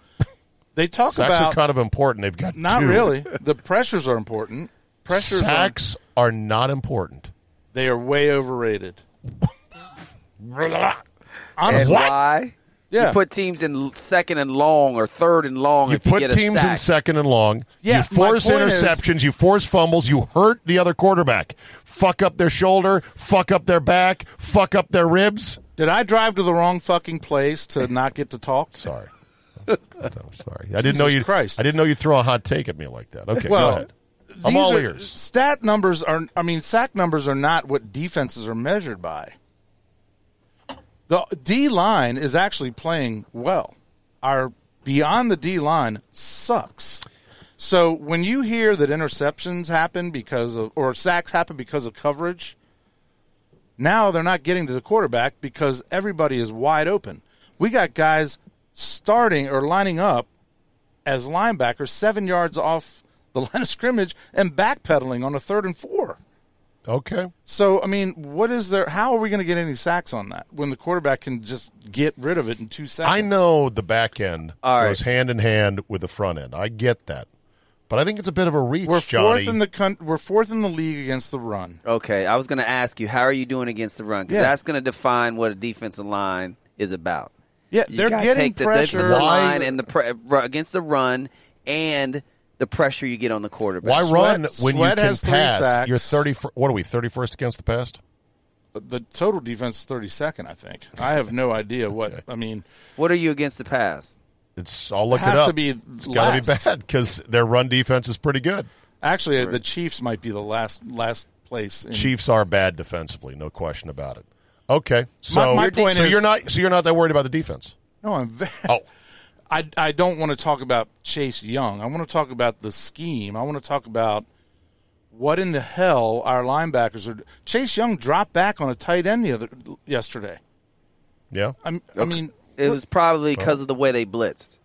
Speaker 5: they talk
Speaker 1: Sacks
Speaker 5: about
Speaker 1: are kind of important. They've got
Speaker 5: not
Speaker 1: two.
Speaker 5: really. The pressures are important. Pressures are,
Speaker 1: Sacks are not important.
Speaker 5: they are way overrated.
Speaker 4: And
Speaker 5: Honestly,
Speaker 4: why?
Speaker 5: Yeah.
Speaker 4: You put teams in l- second and long or third and long
Speaker 1: You
Speaker 4: if you
Speaker 1: put
Speaker 4: get a
Speaker 1: teams in
Speaker 4: sack.
Speaker 1: second and long.
Speaker 5: Yeah,
Speaker 1: you
Speaker 5: my
Speaker 1: force
Speaker 5: point is-
Speaker 1: interceptions. you force fumbles. You hurt the other quarterback. Fuck up their shoulder. Fuck up their back. Fuck up their ribs.
Speaker 5: Did I drive to the wrong fucking place to not get to talk?
Speaker 1: Sorry. I'm sorry. I didn't know
Speaker 5: Jesus
Speaker 1: you.
Speaker 5: Christ.
Speaker 1: I didn't know you'd throw a hot take at me like that. Okay,
Speaker 5: Well,
Speaker 1: go ahead. I'm
Speaker 5: These
Speaker 1: all
Speaker 5: are-
Speaker 1: ears.
Speaker 5: Stat numbers are, I mean, sack numbers are not what defenses are measured by. The D line is actually playing well. Our beyond the D line sucks. So when you hear that interceptions happen because of, or sacks happen because of coverage, now they're not getting to the quarterback because everybody is wide open. We got guys starting or lining up as linebackers seven yards off the line of scrimmage and backpedaling on a third and four.
Speaker 1: Okay.
Speaker 5: So I mean, what is there? How are we going to get any sacks on that when the quarterback can just get rid of it in two seconds?
Speaker 1: I know the back end
Speaker 4: All
Speaker 1: goes
Speaker 4: right.
Speaker 1: hand in hand with the front end. I get that, but I think it's a bit of a reach,
Speaker 5: we're
Speaker 1: Johnny.
Speaker 5: fourth in the con- we're fourth in the league against the run.
Speaker 4: Okay, I was going to ask you, how are you doing against the run? Because
Speaker 5: Yeah.
Speaker 4: that's going to define what a defensive line is about.
Speaker 5: Yeah,
Speaker 4: You
Speaker 5: they're
Speaker 4: gotta
Speaker 5: getting
Speaker 4: take the
Speaker 5: pressure.
Speaker 4: defensive
Speaker 1: Why-
Speaker 4: line and the pre- ru- against the run and the pressure you get on the quarterback.
Speaker 1: Why run
Speaker 5: Sweat-
Speaker 1: when
Speaker 5: Sweat
Speaker 1: you can
Speaker 5: has three
Speaker 1: pass?
Speaker 5: sacks.
Speaker 1: You're thirty. fir- What are we? Thirty first against the pass?
Speaker 5: The total defense is thirty second. I think. I have no idea what. I mean,
Speaker 4: What are you against the pass?
Speaker 1: It's. I'll look it,
Speaker 5: Has to
Speaker 1: up.
Speaker 5: be
Speaker 1: it's got to be
Speaker 5: last.
Speaker 1: bad because their run defense is pretty good.
Speaker 5: actually, uh, the Chiefs might be the last last place. In,
Speaker 1: Chiefs are bad defensively, no question about it. Okay, so
Speaker 5: my point
Speaker 1: so
Speaker 5: is-
Speaker 1: you're not so you're not that worried about the defense.
Speaker 5: No, I'm very,
Speaker 1: Oh,
Speaker 5: I, I don't want to talk about Chase Young. I want to talk about the scheme. I want to talk about what in the hell our linebackers are. Chase Young dropped back on a tight end the other yesterday.
Speaker 1: yeah.
Speaker 5: I'm, I mean,
Speaker 4: It was probably because of the way they blitzed.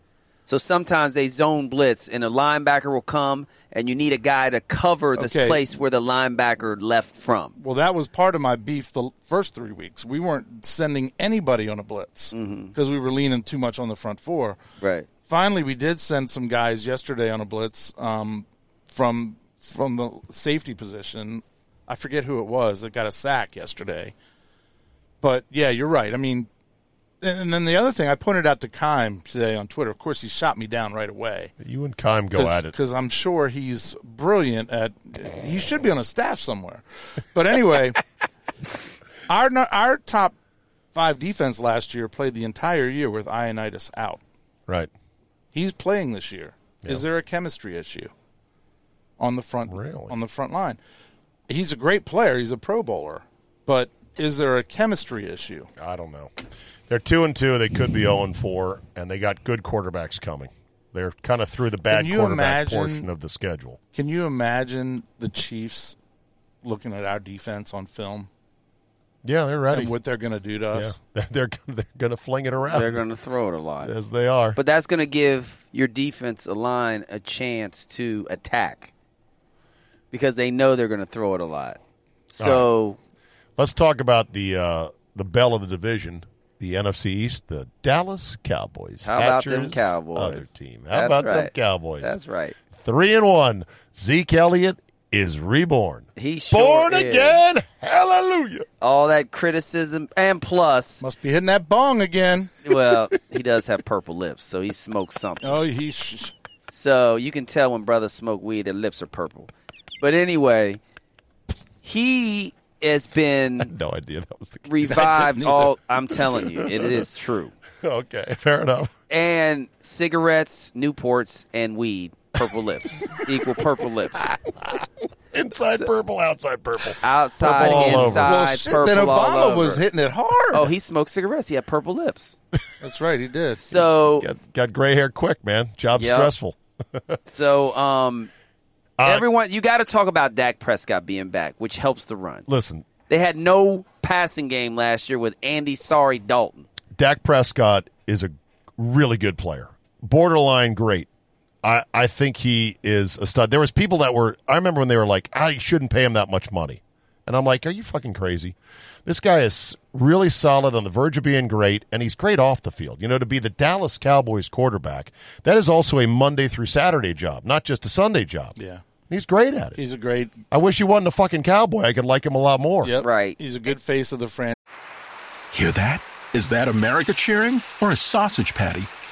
Speaker 4: So sometimes they zone blitz, and a linebacker will come, and you need a guy to cover this
Speaker 5: Okay.
Speaker 4: place where the linebacker left from.
Speaker 5: well, that was part of my beef the first three weeks. We weren't sending anybody on a blitz because
Speaker 4: Mm-hmm.
Speaker 5: we were leaning too much on the front four.
Speaker 4: Right.
Speaker 5: Finally, we did send some guys yesterday on a blitz um, from from the safety position. I forget who it was that got a sack yesterday. But yeah, you're right. I mean, and and then the other thing I pointed out to Kime today on Twitter. Of course, he shot me down right away
Speaker 1: You and Kime go at it.
Speaker 5: because I'm sure he's brilliant at. He should be on a staff somewhere. But anyway, our nu- our top five defense last year played the entire year with Ionitis out.
Speaker 1: Right.
Speaker 5: He's playing this year. Is there a chemistry issue on the front
Speaker 1: Really?
Speaker 5: on the front line? He's a great player. He's a Pro Bowler, but is there a chemistry issue?
Speaker 1: I don't know. They're two and two. They could be zero and four, and they got good quarterbacks coming. They're kind of through the bad
Speaker 5: Can you
Speaker 1: quarterback
Speaker 5: imagine-
Speaker 1: portion of the schedule.
Speaker 5: Can you imagine the Chiefs looking at our defense on film
Speaker 1: Yeah, they're ready.
Speaker 5: and what they're going to do to
Speaker 1: yeah.
Speaker 5: us?
Speaker 1: They're they're, they're going to fling it
Speaker 4: They're
Speaker 1: around
Speaker 4: going to throw it a lot.
Speaker 1: as they are.
Speaker 4: But that's going to give your defense a line a chance to attack because they know they're going to throw it a lot. So
Speaker 1: Let's talk about the uh, the bell of the division, the NFC East, the Dallas Cowboys.
Speaker 4: how about them
Speaker 1: Hatcher's
Speaker 4: Cowboys?
Speaker 1: Other team. How
Speaker 4: That's
Speaker 1: about them
Speaker 4: right.
Speaker 1: Cowboys?
Speaker 4: That's right.
Speaker 1: Three and one. Zeke Elliott is reborn.
Speaker 4: He sure
Speaker 1: born
Speaker 4: is.
Speaker 1: again. Hallelujah.
Speaker 4: All that criticism and plus,
Speaker 5: Must be hitting that bong again.
Speaker 4: well, he does have purple lips, so he smokes something.
Speaker 5: Oh, he sh-
Speaker 4: So you can tell when brothers smoke weed, their lips are purple. But anyway, he has been
Speaker 1: No idea that was the case.
Speaker 4: revived. All I'm telling you, it is true.
Speaker 1: Okay, fair enough.
Speaker 4: and cigarettes, Newports, and weed. Purple lips equal purple lips.
Speaker 1: Inside purple, outside purple.
Speaker 4: Outside,
Speaker 1: Purple all over.
Speaker 4: inside,
Speaker 5: well, shit.
Speaker 4: Ah, purple
Speaker 5: Then
Speaker 4: all
Speaker 5: Obama
Speaker 4: over.
Speaker 5: was hitting it hard.
Speaker 4: Oh, he smoked cigarettes. He had purple lips.
Speaker 5: that's right. He did.
Speaker 4: So,
Speaker 1: Got, got gray hair quick, man. Job's
Speaker 4: Yep.
Speaker 1: stressful.
Speaker 4: so um,
Speaker 5: Uh,
Speaker 4: everyone, you got to talk about Dak Prescott being back, which helps the run.
Speaker 1: Listen,
Speaker 4: They had no passing game last year with Andy Sorry Dalton.
Speaker 1: Dak Prescott is a really good player, borderline great. I, I think he is a stud. There was people that were I remember when they were like, I shouldn't pay him that much money, and I'm like, are you fucking crazy? This guy is really solid on the verge of being great, and he's great off the field. You know, to be the Dallas Cowboys quarterback, that is also a Monday through Saturday job, not just a Sunday job.
Speaker 5: Yeah.
Speaker 1: he's great at it.
Speaker 5: He's a great.
Speaker 1: I wish he wasn't a fucking cowboy. I could like him a lot more.
Speaker 5: Yep.
Speaker 4: Right.
Speaker 5: He's a good face of the franchise.
Speaker 3: Hear that? Is that America cheering or a sausage patty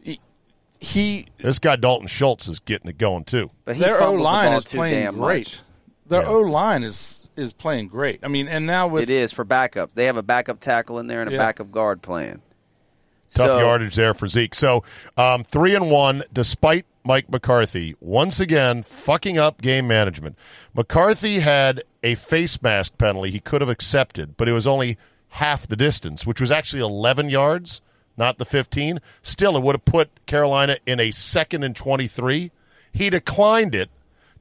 Speaker 5: he- he
Speaker 1: This guy Dalton Schultz is getting it going too.
Speaker 4: But he
Speaker 5: their O
Speaker 4: fumbles the
Speaker 5: line
Speaker 4: ball
Speaker 5: is
Speaker 4: too
Speaker 5: playing
Speaker 4: damn
Speaker 5: great.
Speaker 4: much.
Speaker 5: Their O line is is playing great. I mean, and now with
Speaker 4: It is for backup. They have a backup tackle in there and a
Speaker 5: Yeah.
Speaker 4: backup guard playing.
Speaker 1: Tough
Speaker 4: So-
Speaker 1: yardage there for Zeke. So um, three and one, despite Mike McCarthy once again fucking up game management. McCarthy had a face mask penalty he could have accepted, but it was only half the distance, which was actually 11 yards, not the 15. Still, it would have put Carolina in a second and 23. He declined it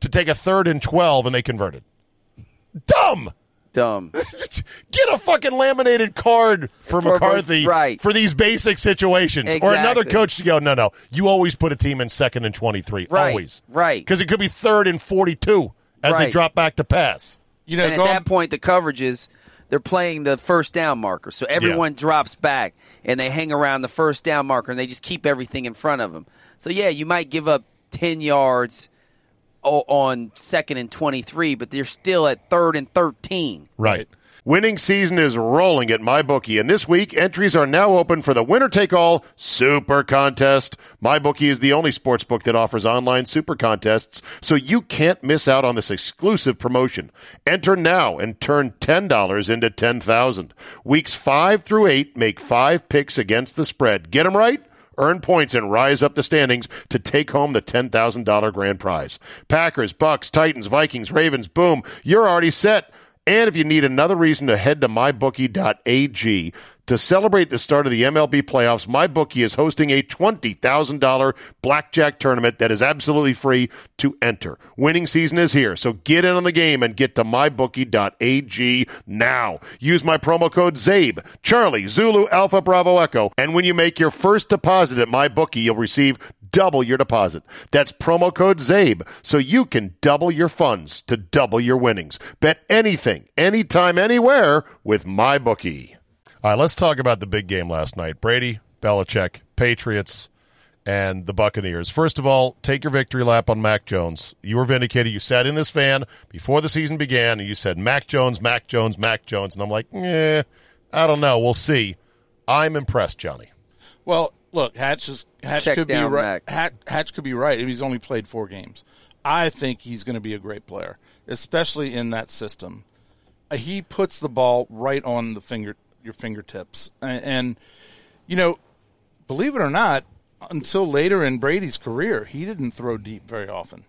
Speaker 1: to take a third and 12, and they converted. Dumb.
Speaker 4: Dumb.
Speaker 1: Get a fucking laminated card for,
Speaker 4: For
Speaker 1: McCarthy
Speaker 4: Mc- right.
Speaker 1: for these basic situations. Or another
Speaker 4: Exactly.
Speaker 1: coach to go, no, no. You always put a team in second and 23.
Speaker 4: Right,
Speaker 1: Always.
Speaker 4: right.
Speaker 1: Because it could be third and 42 as they
Speaker 4: Right.
Speaker 1: drop back to pass.
Speaker 5: you know
Speaker 4: and at
Speaker 5: going-
Speaker 4: that point, the coverage is they're playing the first down marker, so everyone drops back and they hang around the first down marker and they just keep everything in front of them. So yeah, you might give up ten yards o- on second and twenty three, but they're still at third and thirteen.
Speaker 1: Right. Winning season is rolling at MyBookie, and this week entries are now open for the winner take all super contest. MyBookie is the only sports book that offers online super contests, so you can't miss out on this exclusive promotion. Enter now and turn $10 into 10000 Weeks 5 through 8 make five picks against the spread. Get them right? Earn points and rise up the standings to take home the $10,000 grand prize. Packers, Bucks, Titans, Vikings, Ravens, boom, you're already set. And if you need another reason to head to mybookie.ag to celebrate the start of the MLB playoffs, MyBookie is hosting a $20,000 blackjack tournament that is absolutely free to enter. Winning season is here, so get in on the game and get to mybookie.ag now. Use my promo code ZABE, Charlie, Zulu, Alpha, Bravo, Echo, and when you make your first deposit at MyBookie, you'll receive double your deposit. That's promo code ZABE, so you can double your funds to double your winnings. Bet anything, anytime, anywhere with MyBookie. All right, let's talk about the big game last night. Brady, Belichick, Patriots, and the Buccaneers. First of all, take your victory lap on Mac Jones. You were vindicated. You sat in this fan before the season began, and you said, Mac Jones, Mac Jones, Mac Jones. And I'm like, eh, I don't know. We'll see. I'm impressed, Johnny.
Speaker 5: Well, look, Hatch is Hatch
Speaker 4: Check
Speaker 5: could be
Speaker 4: down
Speaker 5: right.
Speaker 4: Mac.
Speaker 5: Hatch, Hatch could be right. He's only played four games. I think he's going to be a great player, especially in that system. Uh, He puts the ball right on the finger, your fingertips, A- and, you know, believe it or not, until later in Brady's career, he didn't throw deep very often.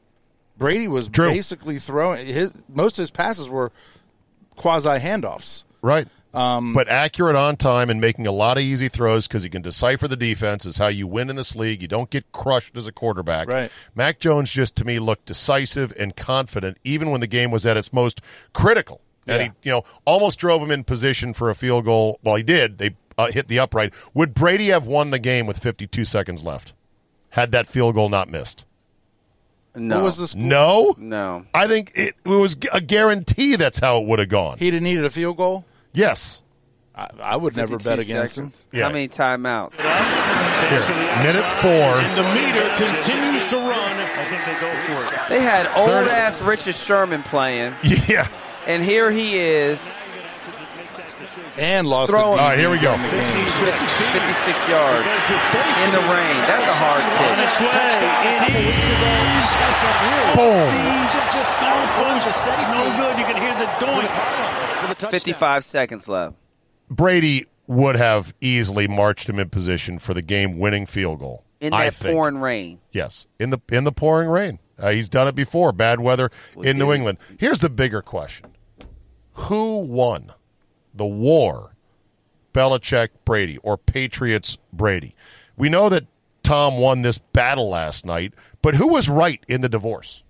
Speaker 5: Brady was
Speaker 1: True.
Speaker 5: basically throwing his most of his passes were quasi handoffs.
Speaker 1: Right.
Speaker 5: Um,
Speaker 1: but accurate on time and making a lot of easy throws because he can decipher the defense is how you win in this league. You don't get crushed as a quarterback.
Speaker 5: Right.
Speaker 1: Mac Jones just to me looked decisive and confident even when the game was at its most critical. And
Speaker 5: Yeah.
Speaker 1: he, you know, almost drove him in position for a field goal. Well, he did. They uh, hit the upright. Would Brady have won the game with 52 seconds left had that field goal not missed?
Speaker 4: No,
Speaker 5: What was this?
Speaker 1: No.
Speaker 4: no.
Speaker 1: I think it, it was gu- a guarantee that's how it would have gone.
Speaker 5: He'd have needed a field goal.
Speaker 1: yes.
Speaker 5: I, I would never bet
Speaker 4: 52
Speaker 5: against him.
Speaker 4: seconds.
Speaker 1: Yeah.
Speaker 4: How many timeouts?
Speaker 1: Here, minute four.
Speaker 6: The meter continues to run. I think they go for it.
Speaker 4: They had old
Speaker 1: Third-
Speaker 4: ass Richard Sherman playing,
Speaker 1: Yeah.
Speaker 4: and here he is,
Speaker 5: and lost
Speaker 4: Throw
Speaker 5: a
Speaker 4: it.
Speaker 5: deep
Speaker 1: All right, here we go.
Speaker 5: in the game.
Speaker 4: 56 yards in the rain. That's a hard
Speaker 6: On
Speaker 4: kick.
Speaker 6: its way. It is.
Speaker 1: Boom.
Speaker 6: just gone for the second. No good. You can hear the doink.
Speaker 4: 55 seconds left.
Speaker 1: Brady would have easily marched him in position for the game-winning field goal.
Speaker 4: in
Speaker 1: I
Speaker 4: that
Speaker 1: think.
Speaker 4: pouring rain.
Speaker 1: Yes, in the in the pouring rain. Uh, he's done it before. Bad weather in New
Speaker 4: dude.
Speaker 1: England. Here's the bigger question: Who won the war? Belichick Brady or Patriots Brady? We know that Tom won this battle last night, but who was right in the divorce?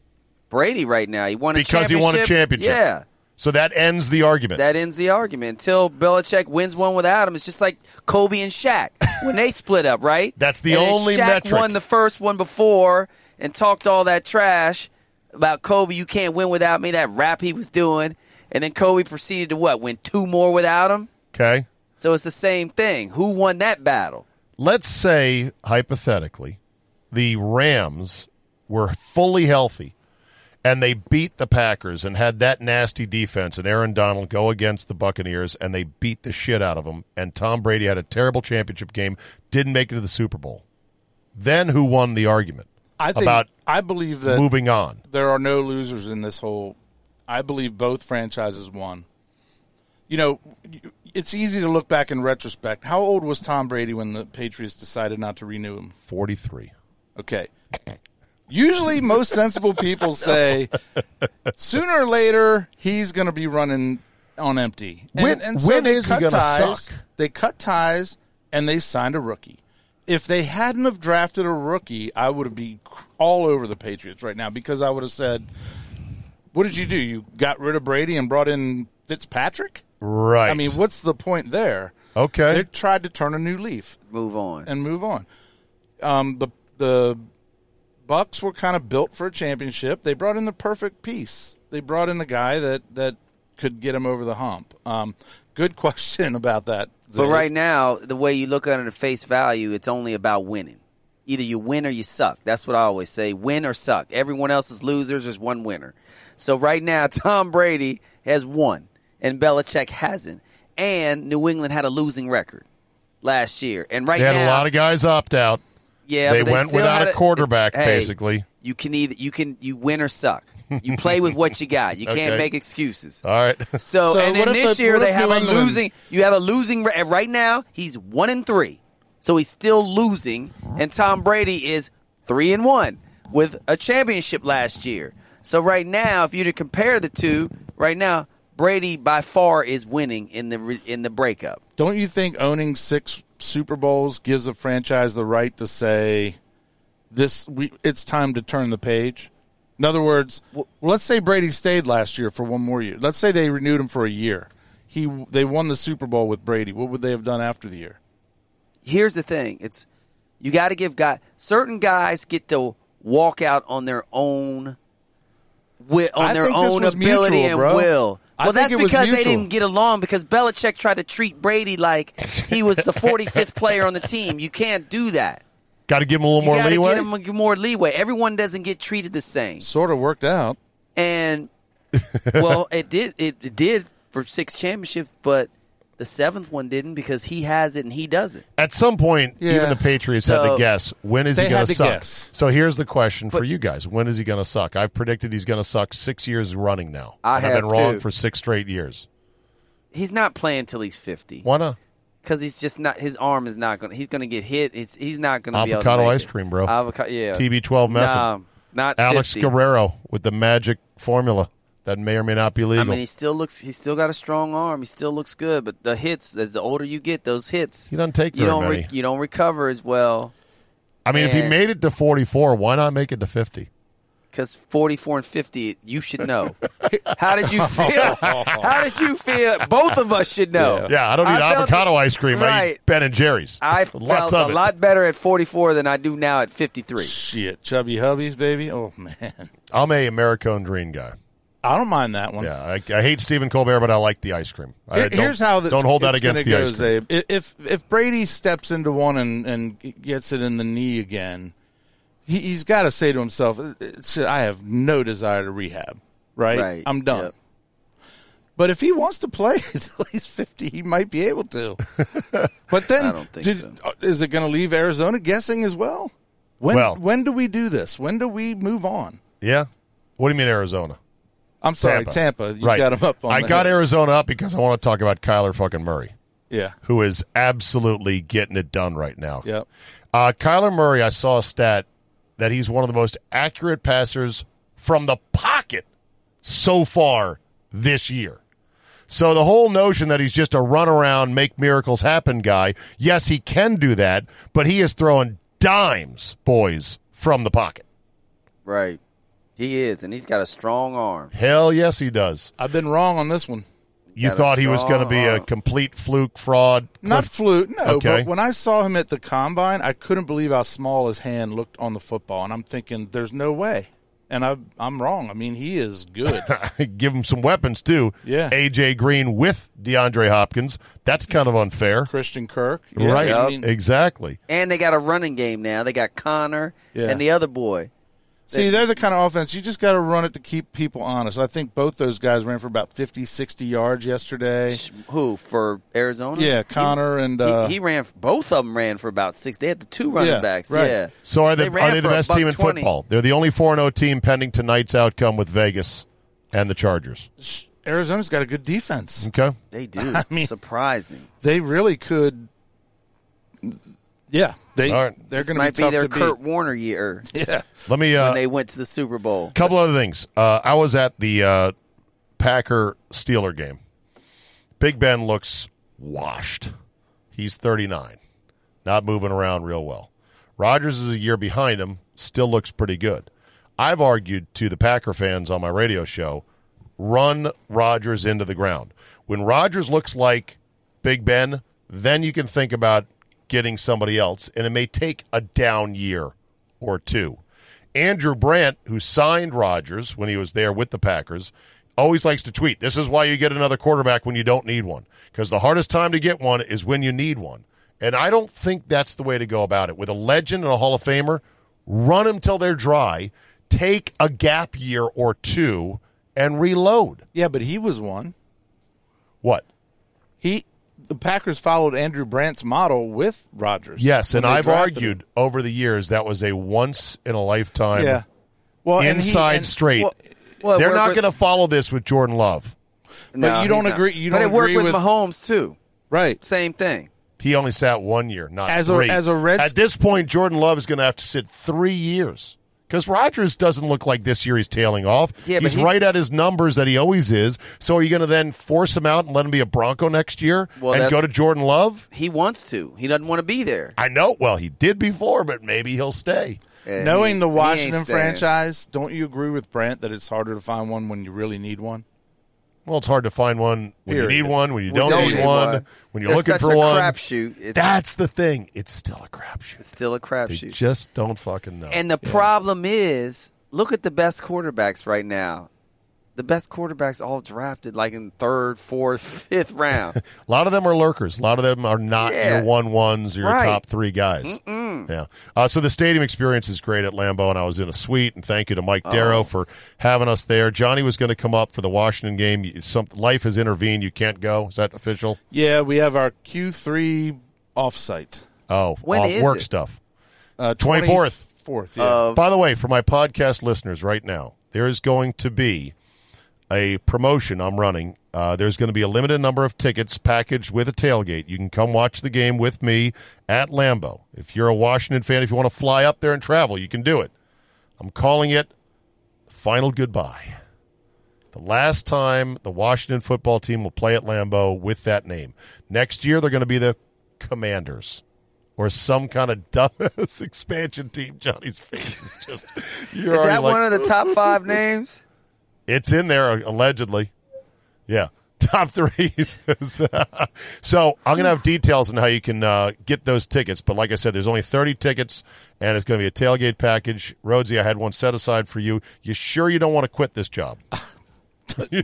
Speaker 4: Brady right now. He won a
Speaker 1: Because he won a championship.
Speaker 4: Yeah.
Speaker 1: So that ends the argument.
Speaker 4: That ends the argument. Until Belichick wins one without him, it's just like Kobe and Shaq when they split up, right?
Speaker 1: That's the
Speaker 4: And if
Speaker 1: only
Speaker 4: Shaq
Speaker 1: metric.
Speaker 4: won the first one before and talked all that trash about Kobe. You can't win without me. That rap he was doing, and then Kobe proceeded to what? Win two more without him.
Speaker 1: okay.
Speaker 4: So it's the same thing. Who won that battle?
Speaker 1: Let's say hypothetically, the Rams were fully healthy and they beat the Packers and had that nasty defense and Aaron Donald go against the Buccaneers and they beat the shit out of them and Tom Brady had a terrible championship game, didn't make it to the Super Bowl. Then who won the argument
Speaker 5: I think
Speaker 1: about
Speaker 5: I believe that
Speaker 1: moving on?
Speaker 5: there are no losers in this whole. I believe both franchises won. You know, it's easy to look back in retrospect. How old was Tom Brady when the Patriots decided not to renew him?
Speaker 1: 43.
Speaker 5: Okay. Usually, most sensible people say sooner or later he's going to be running on empty.
Speaker 1: When- when
Speaker 5: they
Speaker 1: is he
Speaker 5: cut
Speaker 1: gonna
Speaker 5: ties-
Speaker 1: suck?
Speaker 5: They cut ties and they signed a rookie. If they hadn't have drafted a rookie, I would have been cr- all over the Patriots right now because I would have said, "What did you do? You got rid of Brady and brought in Fitzpatrick?
Speaker 1: Right.
Speaker 5: I mean, what's the point there?
Speaker 1: Okay.
Speaker 5: they tried to turn a new leaf
Speaker 4: Move on.
Speaker 5: and move on. Um, the the Bucks were kind of built for a championship. They brought in the perfect piece. They brought in the guy that that could get him over the hump. Um, good question about that.
Speaker 4: But
Speaker 5: Zay.
Speaker 4: right now, the way you look at it at face value, it's only about winning. Either you win or you suck. That's what I always say. Win or suck. Everyone else is losers. There's one winner. So right now, Tom Brady has won, and Belichick hasn't. And New England had a losing record last year. And right
Speaker 1: they had
Speaker 4: now,
Speaker 1: a lot of guys opt out.
Speaker 4: yeah,
Speaker 1: They
Speaker 4: but
Speaker 1: went
Speaker 4: still
Speaker 1: without
Speaker 4: had
Speaker 1: a quarterback,
Speaker 4: Hey,
Speaker 1: basically.
Speaker 4: You can either you can you win or suck. You play with what you got. You can't
Speaker 1: Okay.
Speaker 4: make excuses.
Speaker 1: All right.
Speaker 4: So,
Speaker 5: So
Speaker 4: and then
Speaker 5: what if
Speaker 4: this
Speaker 5: the-
Speaker 4: year
Speaker 5: what
Speaker 4: they
Speaker 5: if
Speaker 4: have
Speaker 5: New
Speaker 4: a
Speaker 5: England-
Speaker 4: losing. You have a losing re- and right now. He's one and three, so he's still losing. And Tom Brady is three and one with a championship last year. So right now, if you to compare the two, right now Brady by far is winning in the re- in the breakup.
Speaker 5: don't you think owning six Super Bowls gives a franchise the right to say this? We it's time to turn the page. In other words, let's say Brady stayed last year for one more year. Let's say they renewed him for a year. He they won the Super Bowl with Brady. What would they have done after the year?
Speaker 4: here's the thing it's you got to give guy certain guys get to walk out on their own wi- on
Speaker 5: I
Speaker 4: their
Speaker 5: think this
Speaker 4: own
Speaker 5: was
Speaker 4: ability
Speaker 5: mutual,
Speaker 4: and
Speaker 5: bro.
Speaker 4: will
Speaker 5: I
Speaker 4: well
Speaker 5: think
Speaker 4: that's
Speaker 5: it was
Speaker 4: because they
Speaker 5: mutual.
Speaker 4: didn't get along because Belichick tried to treat Brady like he was the 45th player on the team you can't do that
Speaker 1: Got to give him a little
Speaker 4: you
Speaker 1: more
Speaker 4: gotta
Speaker 1: leeway.
Speaker 4: get him more leeway everyone doesn't get treated the same
Speaker 5: Sort of worked out.
Speaker 4: and well, it did. It, it did for six championships, but the seventh one didn't because he has it and he doesn't.
Speaker 1: At some point, even
Speaker 5: Yeah.
Speaker 1: the Patriots had to
Speaker 4: So-
Speaker 1: guess when is he
Speaker 5: They
Speaker 1: going
Speaker 5: had to
Speaker 1: suck.
Speaker 5: guess.
Speaker 1: So here's the question for you guys: When is he going to suck? I've predicted he's going to suck six years running now.
Speaker 4: I
Speaker 1: and I've
Speaker 4: have
Speaker 1: been wrong
Speaker 4: too.
Speaker 1: for six straight years.
Speaker 4: He's not playing till he's fifty.
Speaker 1: Why not?
Speaker 4: because he's just not. His arm is not going. to He's going to get hit. He's he's not going to be able to
Speaker 1: Avocado
Speaker 4: make
Speaker 1: ice
Speaker 4: it.
Speaker 1: cream, bro.
Speaker 4: Avocado, yeah.
Speaker 1: TB12 method.
Speaker 4: Nah, not
Speaker 1: Alex
Speaker 4: 50.
Speaker 1: Guerrero with the magic formula that may or may not be
Speaker 4: I
Speaker 1: legal.
Speaker 4: mean, he still looks. He still got a strong arm. He still looks good. But the hits, as the older you get, those hits
Speaker 1: He doesn't take
Speaker 4: you
Speaker 1: very
Speaker 4: don't
Speaker 1: many.
Speaker 4: you don't recover as well
Speaker 1: I mean, if he
Speaker 4: and-
Speaker 1: made it to 44, why not make it to 50?
Speaker 4: because forty four and fifty, you should know. How did you feel? How did you feel? Both of us should know.
Speaker 1: Yeah, I don't need
Speaker 4: felt-
Speaker 1: avocado ice cream. I
Speaker 4: Right.
Speaker 1: eat Ben and Jerry's.
Speaker 4: I
Speaker 1: Lots
Speaker 4: felt
Speaker 1: of
Speaker 4: a
Speaker 1: it.
Speaker 4: lot better at 44 than I do now at 53.
Speaker 5: Shit, chubby hubbies, baby. Oh man,
Speaker 1: I'm a Americone Dream guy.
Speaker 5: I don't mind that one.
Speaker 1: Yeah, I, I hate Stephen Colbert, but I like the ice cream. I
Speaker 5: Here-
Speaker 1: don't-
Speaker 5: here's how that's-
Speaker 1: don't hold that
Speaker 5: it's gonna
Speaker 1: against the
Speaker 5: go,
Speaker 1: ice cream.
Speaker 5: Zabe. I- If if Brady steps into one and and gets it in the knee again, he, he's got to say to himself, it's, "I have no desire to rehab. Right,
Speaker 4: Right,
Speaker 5: I'm done."
Speaker 4: yep.
Speaker 5: But if he wants to play until he's 50, he might be able to. But then,
Speaker 4: I don't think
Speaker 5: did-
Speaker 4: so.
Speaker 5: uh, is it going to leave Arizona guessing as well? When
Speaker 1: Well-
Speaker 5: when do we do this? When do we move on?
Speaker 1: Yeah. What do you mean Arizona?
Speaker 5: I'm sorry, Tampa. you got him up on
Speaker 1: I
Speaker 5: the
Speaker 1: got
Speaker 5: hill.
Speaker 1: Arizona up because I want to talk about Kyler fucking Murray.
Speaker 5: Yeah.
Speaker 1: who is absolutely getting it done right now.
Speaker 5: Yep.
Speaker 1: Uh, Kyler Murray, I saw a stat that he's one of the most accurate passers from the pocket so far this year. So the whole notion that he's just a run around, make miracles happen guy, yes, he can do that, but he is throwing dimes, boys, from the pocket.
Speaker 4: Right. He is, and he's got a strong arm.
Speaker 1: Hell yes, he does.
Speaker 5: I've been wrong on this one.
Speaker 1: You
Speaker 4: Got a
Speaker 1: thought he was
Speaker 4: strong
Speaker 1: going to be a
Speaker 4: arm.
Speaker 1: complete fluke fraud.
Speaker 5: Not
Speaker 1: Cliff-
Speaker 5: flute, no.
Speaker 1: Okay.
Speaker 5: But when I saw him at the combine, I couldn't believe how small his hand looked on the football, and I'm thinking, "There's no way." And I, I'm wrong. I mean, he is good.
Speaker 1: give him some weapons too.
Speaker 5: Yeah.
Speaker 1: AJ Green with DeAndre Hopkins. That's kind of unfair.
Speaker 5: Christian Kirk,
Speaker 1: right.
Speaker 5: I mean,
Speaker 1: exactly.
Speaker 4: And they got a running game now. They got Connor
Speaker 5: Yeah.
Speaker 4: and the other boy.
Speaker 5: see, they're the kind of offense you just got to run it to keep people honest. I think both those guys ran for about 50, 60 yards yesterday.
Speaker 4: Who for Arizona?
Speaker 5: Yeah, Connor and uh,
Speaker 4: he, he ran. Both of them ran for about six. They had the two running
Speaker 5: Yeah,
Speaker 4: backs.
Speaker 5: right.
Speaker 4: Yeah.
Speaker 1: So are they,
Speaker 4: ran
Speaker 1: are they the
Speaker 4: for a
Speaker 1: best
Speaker 4: buck
Speaker 1: team in
Speaker 4: 20.
Speaker 1: football? They're the only 4 0 team pending tonight's outcome with Vegas and the Chargers.
Speaker 5: Arizona's got a good defense.
Speaker 1: Okay.
Speaker 4: They do. Surprising.
Speaker 5: They really could. Yeah, they
Speaker 1: All right.
Speaker 5: they're
Speaker 4: This
Speaker 5: going
Speaker 4: might
Speaker 5: be tough
Speaker 4: their
Speaker 5: to
Speaker 4: Kurt
Speaker 5: beat.
Speaker 4: Warner year
Speaker 5: Yeah,
Speaker 1: Let me uh
Speaker 4: when they went to the Super Bowl.
Speaker 1: couple other things. Uh, I was at the uh, Packer Steeler game. Big Ben looks washed. He's 39, not moving around real well. Rodgers is a year behind him, still looks pretty good. I've argued to the Packer fans on my radio show run Rodgers into the ground. When Rodgers looks like Big Ben, then you can think about getting somebody else, and it may take a down year or two. Andrew Brandt, who signed Rodgers when he was there with the Packers, always likes to tweet, This is why you get another quarterback when you don't need one, because the hardest time to get one is when you need one. And I don't think that's the way to go about it. With a legend and a Hall of Famer, run them till they're dry, take a gap year or two, and reload.
Speaker 5: yeah, but he was one.
Speaker 1: What?
Speaker 5: He the Packers followed Andrew Brandt's model with Rodgers.
Speaker 1: Yes,
Speaker 5: when
Speaker 1: and
Speaker 5: they
Speaker 1: I've
Speaker 5: drafted
Speaker 1: argued
Speaker 5: him.
Speaker 1: over the years that was a once in a lifetime
Speaker 5: Yeah. Well, and he-
Speaker 1: inside
Speaker 5: and-
Speaker 1: straight.
Speaker 5: well,
Speaker 4: Well,
Speaker 1: They're
Speaker 4: we're-
Speaker 1: not
Speaker 4: we're-
Speaker 1: going to follow this with Jordan Love.
Speaker 5: But you
Speaker 4: he's
Speaker 5: don't
Speaker 4: not.
Speaker 5: agree- you
Speaker 4: but
Speaker 5: don't
Speaker 4: it worked
Speaker 5: agree
Speaker 4: with,
Speaker 5: with-
Speaker 4: Mahomes too.
Speaker 5: right.
Speaker 4: Same thing.
Speaker 1: He only sat one year, not
Speaker 5: As a-
Speaker 1: three.
Speaker 5: as a Reds-
Speaker 1: at this point, Jordan Love is going to have to sit three years because Rodgers doesn't look like this year he's tailing off.
Speaker 4: Yeah, but
Speaker 1: he's,
Speaker 4: he's-
Speaker 1: right at his numbers that he always is. So are you going to then force him out and let him be a Bronco next year
Speaker 4: Well,
Speaker 1: and
Speaker 4: that's-
Speaker 1: go to Jordan Love?
Speaker 4: He wants to. He doesn't want to be there.
Speaker 1: I know. Well, he did before, but maybe he'll stay.
Speaker 4: And
Speaker 5: Knowing
Speaker 4: he's-
Speaker 5: the
Speaker 4: he ain't
Speaker 5: Washington
Speaker 4: staying.
Speaker 5: franchise, don't you agree with Brandt that it's harder to find one when you really need one?
Speaker 1: Well, it's hard to find one when you
Speaker 5: Period.
Speaker 1: need one, when you
Speaker 5: We
Speaker 1: don't,
Speaker 5: don't
Speaker 1: need
Speaker 5: need
Speaker 1: one,
Speaker 4: one.
Speaker 1: when you're
Speaker 4: They're
Speaker 1: looking
Speaker 4: such
Speaker 1: for
Speaker 4: a
Speaker 1: one.
Speaker 4: crapshoot. It's-
Speaker 1: That's the thing. It's still a crapshoot.
Speaker 4: It's still a
Speaker 1: They
Speaker 4: crapshoot.
Speaker 1: just don't fucking know.
Speaker 4: And the problem is, look at the best quarterbacks right now. The best quarterbacks all drafted like in third, fourth, fifth round.
Speaker 1: A lot of them are lurkers. A lot of them are not
Speaker 4: Yeah.
Speaker 1: your one ones or your
Speaker 4: Right.
Speaker 1: top three guys. Yeah. Uh, so the stadium experience is great at Lambeau, and I was in a suite. And thank you to Mike
Speaker 4: Oh.
Speaker 1: Darrow for having us there. Johnny was going to come up for the Washington game. You- Some life has intervened. You can't go. Is that official?
Speaker 5: Yeah, we have our Q three offsite.
Speaker 1: Oh,
Speaker 4: When
Speaker 1: off
Speaker 4: is
Speaker 1: work
Speaker 4: it?
Speaker 1: stuff.
Speaker 5: Uh
Speaker 1: 24th.
Speaker 5: Fourth, yeah.
Speaker 4: Oh.
Speaker 1: By the way, for my podcast listeners right now, there is going to be a promotion I'm running. Uh, there's going to be a limited number of tickets packaged with a tailgate. You can come watch the game with me at Lambeau. If you're a Washington fan, if you want to fly up there and travel, you can do it. I'm calling it Final Goodbye. The last time the Washington football team will play at Lambeau with that name. Next year, they're going to be the Commanders or some kind of dumbass expansion team. Johnny's face is just. You're
Speaker 4: is
Speaker 1: already
Speaker 4: that
Speaker 1: like,
Speaker 4: one of the top five names?
Speaker 1: it's in there allegedly. Yeah, top threes. so I'm gonna have details on how you can uh, get those tickets. But like I said, there's only 30 tickets, and it's gonna be a tailgate package. Rhodesy, I had one set aside for you. You sure you don't want to quit this job?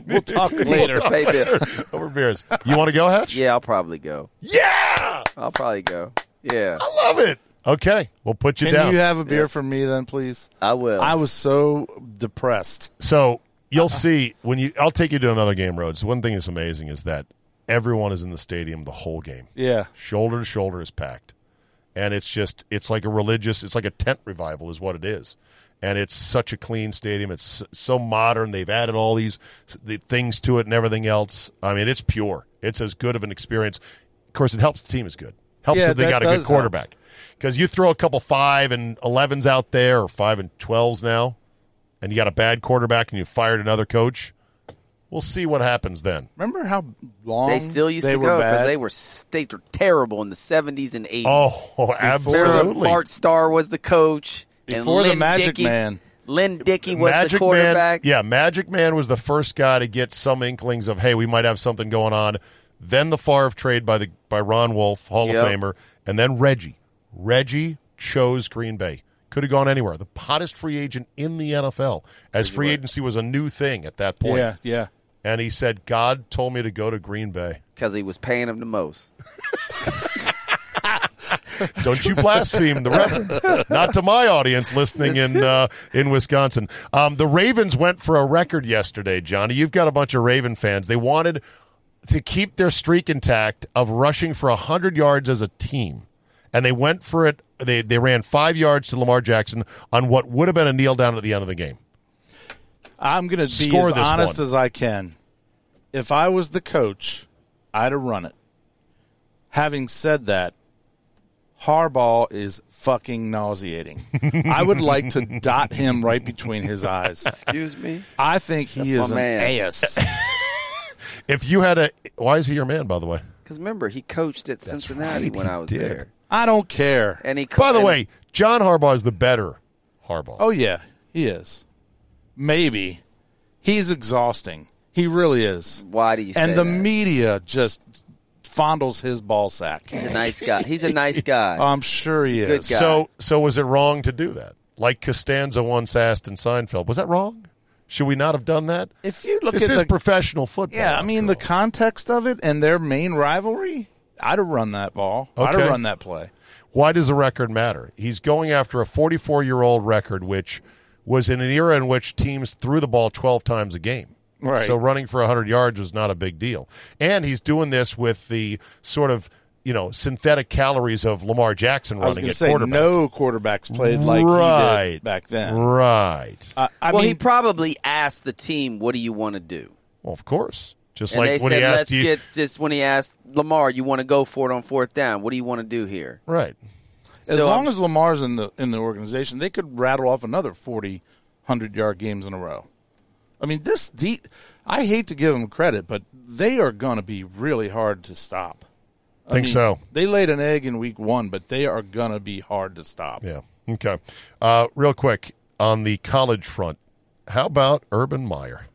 Speaker 5: we'll talk later.
Speaker 4: Pay bill.
Speaker 1: Over beers. You want to go, Hatch?
Speaker 4: Yeah, I'll probably go.
Speaker 1: Yeah,
Speaker 4: I'll probably go. Yeah,
Speaker 1: I love it. Okay, we'll put you
Speaker 5: Can
Speaker 1: down.
Speaker 5: you have a beer for me then, please?
Speaker 4: I will.
Speaker 5: I was so depressed.
Speaker 1: So you'll
Speaker 5: Uh-huh.
Speaker 1: see when you. I'll take you to another game, Rhodes. One thing that's amazing is that everyone is in the stadium the whole game.
Speaker 5: Yeah.
Speaker 1: shoulder to shoulder is packed, and it's just it's like a religious. It's like a tent revival is what it is, and it's such a clean stadium. It's s- so modern. They've added all these s- the things to it and everything else. I mean, it's pure. It's as good of an experience. course, it helps the team is good. Helps
Speaker 5: Yeah,
Speaker 1: that they
Speaker 5: that
Speaker 1: got a good
Speaker 5: does help.
Speaker 1: quarterback. Because you throw a couple five and elevens out there, or five and twelves now, and you got a bad quarterback, and you fired another coach. We'll see what happens then.
Speaker 5: Remember how long
Speaker 4: They still used
Speaker 5: they
Speaker 4: to
Speaker 5: were
Speaker 4: go because
Speaker 5: bad?
Speaker 4: they were s- they were terrible in the seventies and eighties.
Speaker 1: Oh, absolutely.
Speaker 4: Bart Starr was the coach.
Speaker 5: Before
Speaker 4: and
Speaker 5: the
Speaker 4: Lynn
Speaker 5: Magic
Speaker 4: Dickey,
Speaker 5: Man.
Speaker 4: Lynn Dickey was the
Speaker 1: Man,
Speaker 4: quarterback.
Speaker 1: yeah, Magic Man was the first guy to get some inklings of hey, we might have something going on. Then the Favre trade by the by Ron Wolf, Hall
Speaker 4: Yep.
Speaker 1: of Famer, and then Reggie. Reggie chose Green Bay. Could have gone anywhere. The hottest free agent in the NFL, as free agency was a new thing at that point.
Speaker 5: Yeah, yeah.
Speaker 1: And he said, "God told me to go to Green Bay.
Speaker 4: because he was paying him the most.
Speaker 1: Don't you blaspheme the record? Not to my audience listening in uh, in Wisconsin. Um, the Ravens went for a record yesterday, Johnny. You've got a bunch of Raven fans. They wanted to keep their streak intact of rushing for hundred yards as a team, and they went for it. They they ran five yards to Lamar Jackson on what would have been a kneel down at the end of the game.
Speaker 5: I'm going to be
Speaker 1: Score
Speaker 5: as
Speaker 1: this
Speaker 5: honest
Speaker 1: one.
Speaker 5: as I can. If I was the coach, I'd have run it. Having said that, Harbaugh is fucking nauseating. I would like to dot him right between his eyes.
Speaker 4: Excuse me.
Speaker 5: I think he
Speaker 4: my
Speaker 5: is an
Speaker 4: man.
Speaker 5: ass.
Speaker 1: If you had a, why is he your man? By the way,
Speaker 4: Because remember, he coached at Cincinnati
Speaker 1: right,
Speaker 4: when
Speaker 1: he
Speaker 4: I was
Speaker 1: did.
Speaker 4: there,
Speaker 5: I don't care.
Speaker 4: and he. co-
Speaker 1: by the
Speaker 4: and-
Speaker 1: way, John Harbaugh is the better Harbaugh.
Speaker 5: Oh yeah, he is. Maybe he's exhausting. He really is.
Speaker 4: why do you?
Speaker 5: and
Speaker 4: say
Speaker 5: the
Speaker 4: that?
Speaker 5: media just fondles his ball sack.
Speaker 4: He's a nice guy. He's a nice guy.
Speaker 1: Uh,
Speaker 5: I'm sure he
Speaker 4: Good
Speaker 5: is.
Speaker 4: guy.
Speaker 1: So, so was it wrong to do that? Like Costanza once asked in Seinfeld, was that wrong? Should we not have done that?
Speaker 5: If you look
Speaker 1: this
Speaker 5: at
Speaker 1: is
Speaker 5: the
Speaker 1: professional football.
Speaker 5: yeah, I mean the
Speaker 1: after all.
Speaker 5: context of it and their main rivalry, I'd have run that ball. I'd
Speaker 1: Okay.
Speaker 5: have run that play.
Speaker 1: why does the record matter? He's going after a 44 year old record, which was in an era in which teams threw the ball 12 times a game.
Speaker 5: Right.
Speaker 1: So running for 100 yards was not a big deal. And he's doing this with the sort of you know synthetic calories of Lamar Jackson
Speaker 5: I was
Speaker 1: running
Speaker 5: going to
Speaker 1: at
Speaker 5: say
Speaker 1: quarterback.
Speaker 5: no quarterbacks played like
Speaker 1: right
Speaker 5: he did back then. Uh,
Speaker 1: Right.
Speaker 5: I, I
Speaker 4: well,
Speaker 5: mean,
Speaker 4: he probably asked the team, "What do you want to do?"
Speaker 1: well, of course. Just
Speaker 4: And
Speaker 1: like
Speaker 4: they
Speaker 1: when
Speaker 4: said,
Speaker 1: he asked
Speaker 4: "Let's
Speaker 1: you,
Speaker 4: get just when he asked Lamar, you want to go for it on fourth down. What do you want to do here?"
Speaker 1: right.
Speaker 5: as
Speaker 4: so
Speaker 5: long
Speaker 4: I'm-
Speaker 5: as Lamar's in the in the organization, they could rattle off another 40 100 yard games in a row. I mean, this de- I hate to give them credit, but they are going to be really hard to stop.
Speaker 1: I think
Speaker 5: mean,
Speaker 1: so.
Speaker 5: They laid an egg in week 1, but they are going to be hard to stop.
Speaker 1: Yeah. Okay. Uh, real quick on the college front, how about Urban Meyer?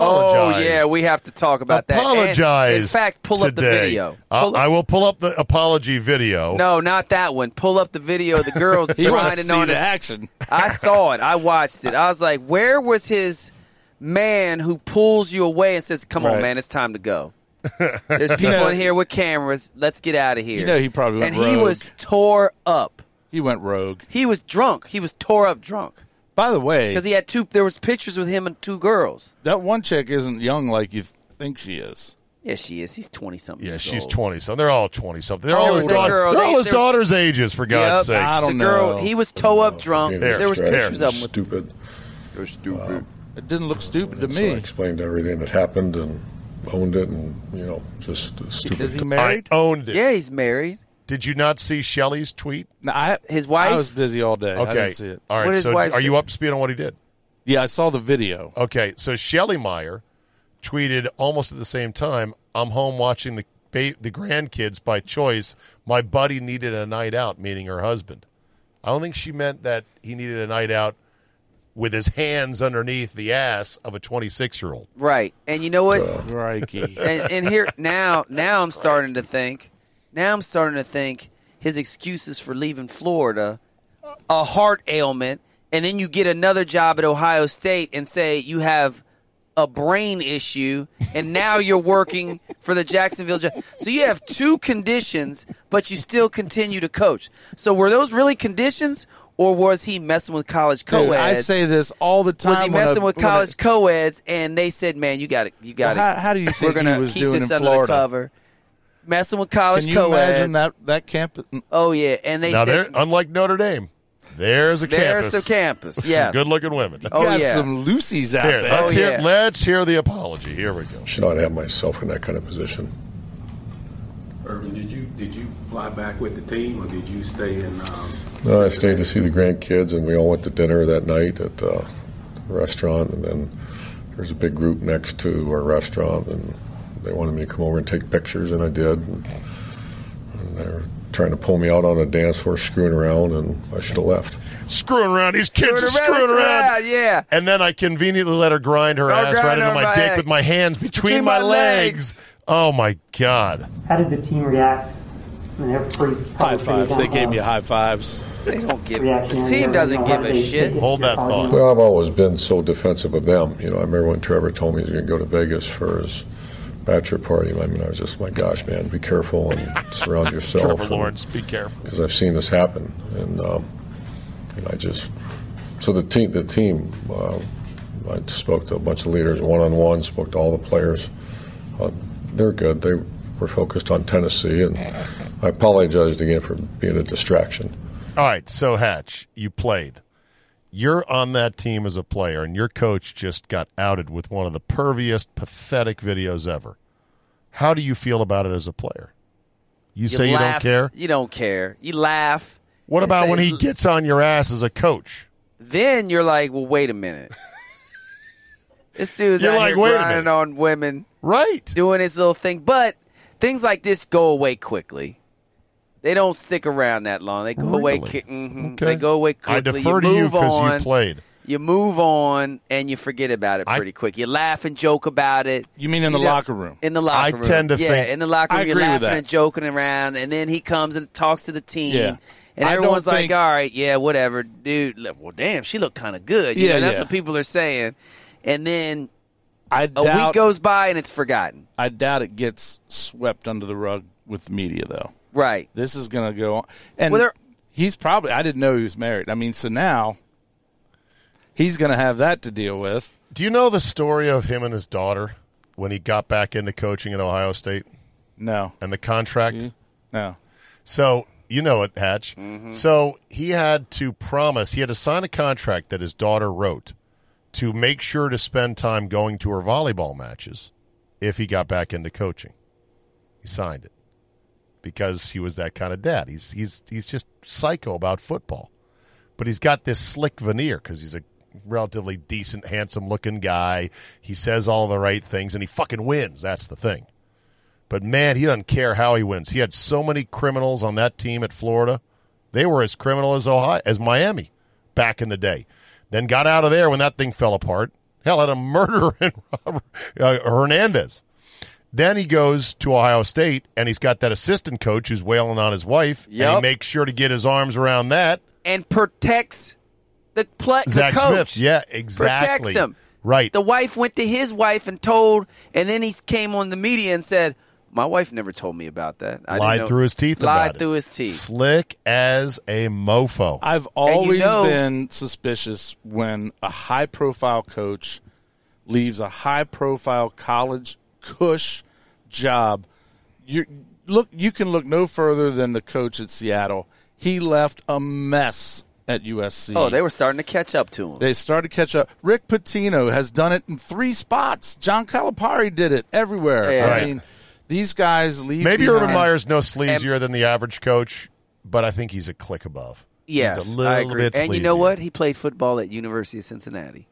Speaker 4: Oh yeah, we have to talk about that. And,
Speaker 1: apologize.
Speaker 4: in fact, pull up the
Speaker 1: today.
Speaker 4: video.
Speaker 1: Uh,
Speaker 4: Pull up-
Speaker 1: I will pull up the apology video.
Speaker 4: No, not that one. Pull up the video of the girl
Speaker 5: He wants
Speaker 4: grinding
Speaker 5: to see
Speaker 4: on
Speaker 5: the
Speaker 4: his.
Speaker 5: action.
Speaker 4: I saw it. I watched it. I was like, where was his man who pulls you away and says, "Come on,
Speaker 5: Right.
Speaker 4: man, it's time to go." There's people
Speaker 5: know-
Speaker 4: in here with cameras. Let's get out of here.
Speaker 5: You know he probably went
Speaker 4: and he
Speaker 5: rogue.
Speaker 4: was tore up.
Speaker 5: He went rogue.
Speaker 4: He was drunk. He was tore up drunk
Speaker 5: By the way,
Speaker 4: because he had two. There was pictures with him and two girls.
Speaker 5: that one chick isn't young like you think she is.
Speaker 4: Yeah, she is. He's twenty something.
Speaker 1: Yeah, she's twenty something. They're all twenty something. They're
Speaker 4: Oh,
Speaker 1: all
Speaker 4: there
Speaker 1: his
Speaker 4: was that
Speaker 1: daughter.
Speaker 4: girl.
Speaker 1: They're
Speaker 4: They-
Speaker 1: all his
Speaker 4: there was-
Speaker 1: daughter's ages, for God's
Speaker 4: Yep.
Speaker 1: sakes.
Speaker 5: I
Speaker 4: It's
Speaker 5: don't
Speaker 4: the girl.
Speaker 5: know.
Speaker 4: He was toe up drunk. Um, There, was pictures of him with
Speaker 7: stupid.
Speaker 4: They're stupid.
Speaker 5: It didn't look stupid to
Speaker 7: So I
Speaker 5: me.
Speaker 7: explained everything that happened and owned it, and you know, just a stupid.
Speaker 5: Is he
Speaker 1: I
Speaker 5: married?
Speaker 1: owned it.
Speaker 4: yeah, he's married.
Speaker 1: Did you not see Shelley's tweet?
Speaker 5: No, I,
Speaker 4: His wife?
Speaker 5: I was busy all day.
Speaker 1: Okay.
Speaker 5: I didn't see it.
Speaker 1: All right.
Speaker 4: What did his
Speaker 1: so,
Speaker 4: wife
Speaker 1: are you
Speaker 4: say?
Speaker 1: up to speed on what he did?
Speaker 5: Yeah, I saw the video.
Speaker 1: Okay, so Shelly Meyer tweeted almost at the same time, "I'm home watching the ba- the grandkids by choice. My buddy needed a night out," meaning her husband. I don't think she meant that he needed a night out with his hands underneath the ass of a 26 year old.
Speaker 4: Right, and you know what?
Speaker 5: Crikey.
Speaker 4: and, and here now now I'm starting to think now I'm starting to think his excuses for leaving Florida a heart ailment and then you get another job at Ohio State and say you have a brain issue and now you're working for the Jacksonville Jack- so you have two conditions but you still continue to coach so were those really conditions or was he messing with college
Speaker 5: Dude,
Speaker 4: co-eds
Speaker 5: I say this all the time.
Speaker 4: was he
Speaker 5: when I-
Speaker 4: messing with
Speaker 5: when I-
Speaker 4: college co-eds and they said man you got it you got
Speaker 5: Well,
Speaker 4: it
Speaker 5: how, how do you
Speaker 4: we're
Speaker 5: think
Speaker 4: gonna
Speaker 5: he was
Speaker 4: keep
Speaker 5: doing
Speaker 4: this
Speaker 5: in
Speaker 4: under
Speaker 5: Florida?
Speaker 4: the cover. Messing with college
Speaker 5: Can you
Speaker 4: co-eds.
Speaker 5: imagine that that camp?
Speaker 4: Oh yeah, and they
Speaker 1: Now, there,
Speaker 4: said
Speaker 1: unlike Notre Dame, there's a
Speaker 4: there's
Speaker 1: campus.
Speaker 4: the campus. Yes,
Speaker 1: Good looking women.
Speaker 4: Oh
Speaker 5: you got
Speaker 4: yeah.
Speaker 5: some Lucy's out
Speaker 1: Here,
Speaker 5: there.
Speaker 1: let's,
Speaker 4: Oh,
Speaker 1: hear,
Speaker 4: yeah.
Speaker 1: let's hear the apology. Here we go.
Speaker 7: should not have myself in that kind of position.
Speaker 8: Urban, did you did you fly back with the team, or did you stay in? Um,
Speaker 7: No, I stayed to see the grandkids, and we all went to dinner that night at uh, the restaurant. And then there's a big group next to our restaurant, and they wanted me to come over and take pictures, and I did. And, and they were trying to pull me out on the dance floor, screwing around, and I should have left.
Speaker 1: Screwing around. These kids are
Speaker 4: Screwing around,
Speaker 1: screwing around.
Speaker 4: around, yeah.
Speaker 1: And then I conveniently let her grind her
Speaker 4: I'll
Speaker 1: ass right
Speaker 4: grind
Speaker 1: into
Speaker 4: her
Speaker 1: my
Speaker 4: my
Speaker 1: dick
Speaker 4: egg.
Speaker 1: with my hands between,
Speaker 4: between
Speaker 1: my,
Speaker 4: my
Speaker 1: legs.
Speaker 4: legs.
Speaker 1: Oh my god.
Speaker 9: How did the team react when every
Speaker 5: High fives. They gave you high fives.
Speaker 4: They don't give. The team doesn't give a shit.
Speaker 1: Hold that thought.
Speaker 7: Well, I've always been so defensive of them. You know, I remember when Trevor told me he was going to go to Vegas for his bachelor party. I mean, I was just, my gosh, man, be careful and surround yourself.
Speaker 1: Trevor
Speaker 7: and-
Speaker 1: Lawrence, be careful.
Speaker 7: because I've seen this happen, and um, and I just so the team the team uh, I spoke to a bunch of leaders one on one, spoke to all the players. Uh, they're good. They were focused on Tennessee, and I apologized again for being a distraction.
Speaker 1: All right, so Hatch, you played. You're on that team as a player, and your coach just got outed with one of the perviest, pathetic videos ever. How do you feel about it as a player? You, say you don't
Speaker 4: laugh.
Speaker 1: care.
Speaker 4: You don't care. You laugh.
Speaker 1: What
Speaker 4: and
Speaker 1: about
Speaker 4: say-
Speaker 1: when he gets on your ass as a coach?
Speaker 4: Then you're like, well, wait a minute. this dude's
Speaker 1: You're
Speaker 4: out
Speaker 1: like,
Speaker 4: here
Speaker 1: wait a
Speaker 4: grinding
Speaker 1: minute.
Speaker 4: on women,
Speaker 1: Right.
Speaker 4: doing his little thing. But things like this go away quickly. They don't stick around that long. They go away.
Speaker 1: Really?
Speaker 4: Ki- mhm.
Speaker 1: Okay.
Speaker 4: They go away quickly.
Speaker 1: I defer
Speaker 4: you
Speaker 1: to you
Speaker 4: move
Speaker 1: because
Speaker 4: on.
Speaker 1: you played.
Speaker 4: You move on and you forget about it
Speaker 1: I-
Speaker 4: pretty quick. You laugh and joke about it.
Speaker 5: You mean in the
Speaker 4: You know-
Speaker 5: locker room?
Speaker 4: In the locker
Speaker 1: I
Speaker 4: room.
Speaker 1: tend to
Speaker 4: yeah,
Speaker 1: think-
Speaker 4: in the locker
Speaker 5: I
Speaker 4: room, you're
Speaker 5: agree with
Speaker 4: laughing
Speaker 5: that.
Speaker 4: and joking around, and then he comes and talks to the team.
Speaker 5: Yeah.
Speaker 4: And
Speaker 5: I don't
Speaker 4: everyone's like,
Speaker 5: think-
Speaker 4: all right, yeah, whatever, dude. Look, Well, damn, she looked kind of good. You
Speaker 5: Yeah,
Speaker 4: know, that's
Speaker 5: yeah.
Speaker 4: what people are saying. And then
Speaker 5: I
Speaker 4: a
Speaker 5: doubt.
Speaker 4: week goes by and it's forgotten.
Speaker 5: I doubt it gets swept under the rug with the media, though.
Speaker 4: Right.
Speaker 5: This is going to go on. And
Speaker 4: Well, there-
Speaker 5: he's probably. I didn't know he was married. I mean, so now he's going to have that to deal with.
Speaker 1: Do you know the story of him and his daughter when he got back into coaching at Ohio State
Speaker 5: No,
Speaker 1: and the contract?
Speaker 4: Mm-hmm.
Speaker 5: no.
Speaker 1: So you know it, Hatch.
Speaker 4: Mm-hmm.
Speaker 1: So he had to promise, he had to sign a contract that his daughter wrote to make sure to spend time going to her volleyball matches if he got back into coaching. He signed it because he was that kind of dad. He's he's he's just psycho about football, but he's got this slick veneer because he's a relatively decent, handsome-looking guy. He says all the right things, and he fucking wins. That's the thing. But man, he doesn't care how he wins. He had so many criminals on that team at Florida. They were as criminal as Ohio, as Miami back in the day. Then got out of there when that thing fell apart. Hell, had a murderer in Robert, uh, Hernandez. Then he goes to Ohio State and he's got that assistant coach who's wailing on his wife. And he
Speaker 4: Yep.
Speaker 1: makes sure to get his arms around that.
Speaker 4: And protects the, pl-
Speaker 1: Zach
Speaker 4: the coach.
Speaker 1: Smith. Yeah, exactly.
Speaker 4: Protects him.
Speaker 1: Right.
Speaker 4: The wife went to his wife and told, and then he came on the media and said, "My wife never told me about that." I didn't
Speaker 1: lied
Speaker 4: know-
Speaker 1: through his teeth.
Speaker 4: Lied
Speaker 1: about it.
Speaker 4: through his teeth.
Speaker 1: Slick as a mofo.
Speaker 5: I've always
Speaker 4: know-
Speaker 5: been suspicious when a high profile coach leaves a high profile college cush job. You look you can look no further than the coach at Seattle. He left a mess at USC.
Speaker 4: Oh, they were starting to catch up to him.
Speaker 5: They started to catch up. Rick Pitino has done it in three spots. John Calipari did it everywhere.
Speaker 4: Yeah.
Speaker 5: I
Speaker 1: Right.
Speaker 5: mean, these guys leave.
Speaker 1: Maybe
Speaker 5: behind.
Speaker 1: Urban Meyer's no sleazier than the average coach, but I think he's a click above.
Speaker 4: yes,
Speaker 1: he's a little
Speaker 4: I agree.
Speaker 1: bit
Speaker 4: and you know
Speaker 1: sleazier.
Speaker 4: what? He played football at University of Cincinnati.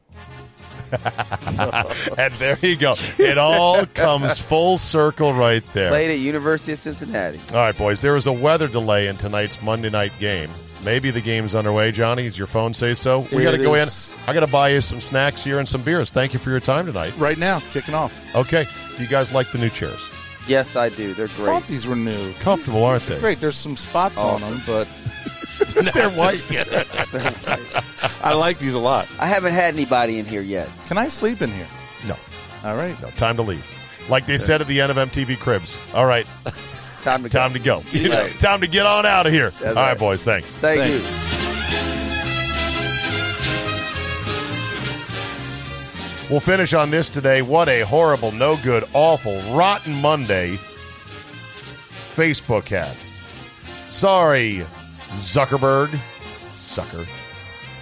Speaker 1: And there you go. It all comes full circle right there.
Speaker 4: Played at University of Cincinnati.
Speaker 1: All right, boys. There is a weather delay in tonight's Monday night game. Maybe the game's underway. Johnny, does your phone say so? We
Speaker 5: It
Speaker 1: got to go in.
Speaker 5: is.
Speaker 1: I got to buy you some snacks here and some beers. Thank you for your time tonight.
Speaker 5: right now kicking off.
Speaker 1: Okay. Do you guys like the new chairs?
Speaker 4: Yes, I do. They're
Speaker 5: I
Speaker 4: great.
Speaker 5: thought these were new.
Speaker 1: Comfortable, aren't they?
Speaker 5: Great. There's some spots
Speaker 4: Awesome.
Speaker 5: on them, but
Speaker 1: They're white.
Speaker 5: I like these a lot.
Speaker 4: I haven't had anybody in here yet.
Speaker 5: Can I sleep in here?
Speaker 1: no,
Speaker 5: All right.
Speaker 1: no. Time to leave. Like they said at the end of MTV Cribs. All right.
Speaker 4: Time to go.
Speaker 1: Time to go.
Speaker 4: Get it out.
Speaker 1: Time to get on out of here. All right,
Speaker 4: right.
Speaker 1: boys. Thanks.
Speaker 4: Thank
Speaker 5: Thanks.
Speaker 4: you.
Speaker 1: We'll finish on this today. What a horrible, no good, awful, rotten Monday Facebook had. Sorry, Zuckerberg. Sucker.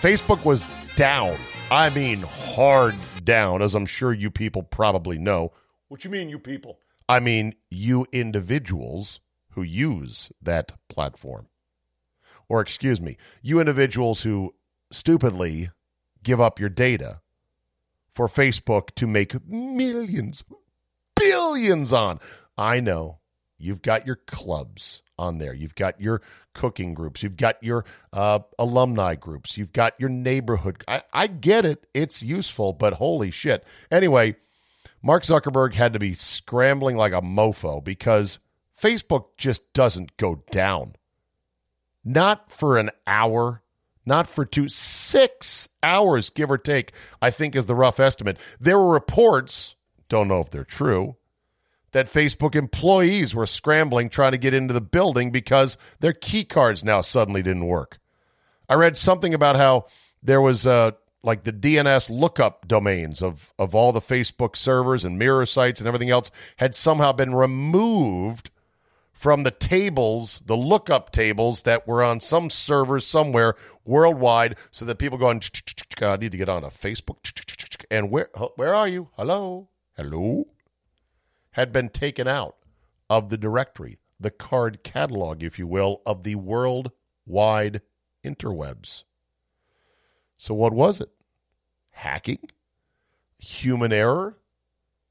Speaker 1: Facebook was down. I mean, hard down, as I'm sure you people probably know. What you mean, you people? I mean, you individuals who use that platform. Or, excuse me, you individuals who stupidly give up your data for Facebook to make millions, billions on. I know you've got your clubs on there, you've got your cooking groups, you've got your uh, alumni groups, you've got your neighborhood. I, I get it, it's useful, but holy shit. Anyway, Mark Zuckerberg had to be scrambling like a mofo because Facebook just doesn't go down. Not for an hour, not for two, six hours, give or take, I think is the rough estimate. There were reports, don't know if they're true, that Facebook employees were scrambling trying to get into the building because their key cards now suddenly didn't work. I read something about how there was uh, like the DNS lookup domains of, of all the Facebook servers and mirror sites and everything else had somehow been removed from the tables, the lookup tables that were on some servers somewhere worldwide, so that people going, I need to get on a Facebook, and where where are you? Hello, hello, had been taken out of the directory, the card catalog, if you will, of the worldwide interwebs. So what was it? Hacking, human error,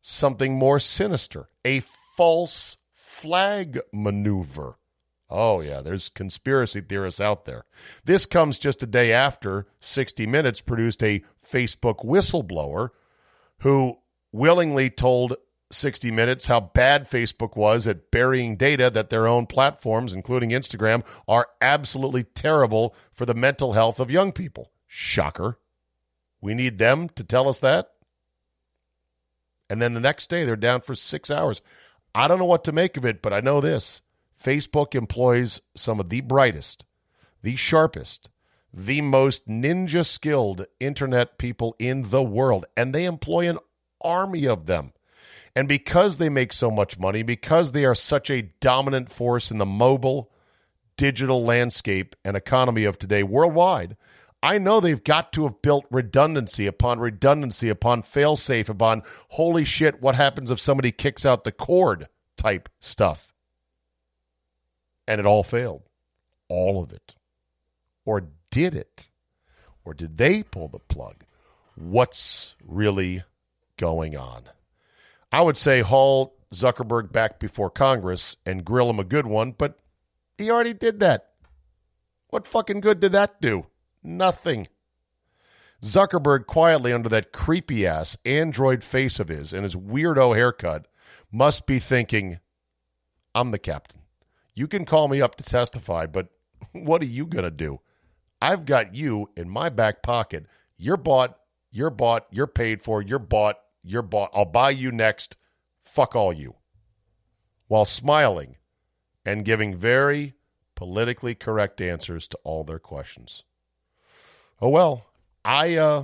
Speaker 1: something more sinister, a false flag maneuver. Oh, yeah, there's conspiracy theorists out there. This comes just a day after 60 Minutes produced a Facebook whistleblower who willingly told 60 Minutes how bad Facebook was at burying data that their own platforms, including Instagram, are absolutely terrible for the mental health of young people. Shocker. We need them to tell us that. And then the next day, they're down for six hours. I don't know what to make of it, but I know this Facebook employs some of the brightest, the sharpest, the most ninja skilled internet people in the world, and they employ an army of them. And because they make so much money, because they are such a dominant force in the mobile, digital landscape and economy of today worldwide, I know they've got to have built redundancy upon redundancy upon failsafe upon holy shit, what happens if somebody kicks out the cord type stuff? And it all failed. All of it. Or did it? Or did they pull the plug? What's really going on? I would say haul Zuckerberg back before Congress and grill him a good one, but he already did that. What fucking good did that do? Nothing. Zuckerberg quietly under that creepy ass android face of his and his weirdo haircut must be thinking, I'm the captain. You can call me up to testify, but what are you going to do? I've got you in my back pocket. You're bought, you're bought, you're paid for, you're bought, you're bought. I'll buy you next. Fuck all you. While smiling and giving very politically correct answers to all their questions oh well i uh,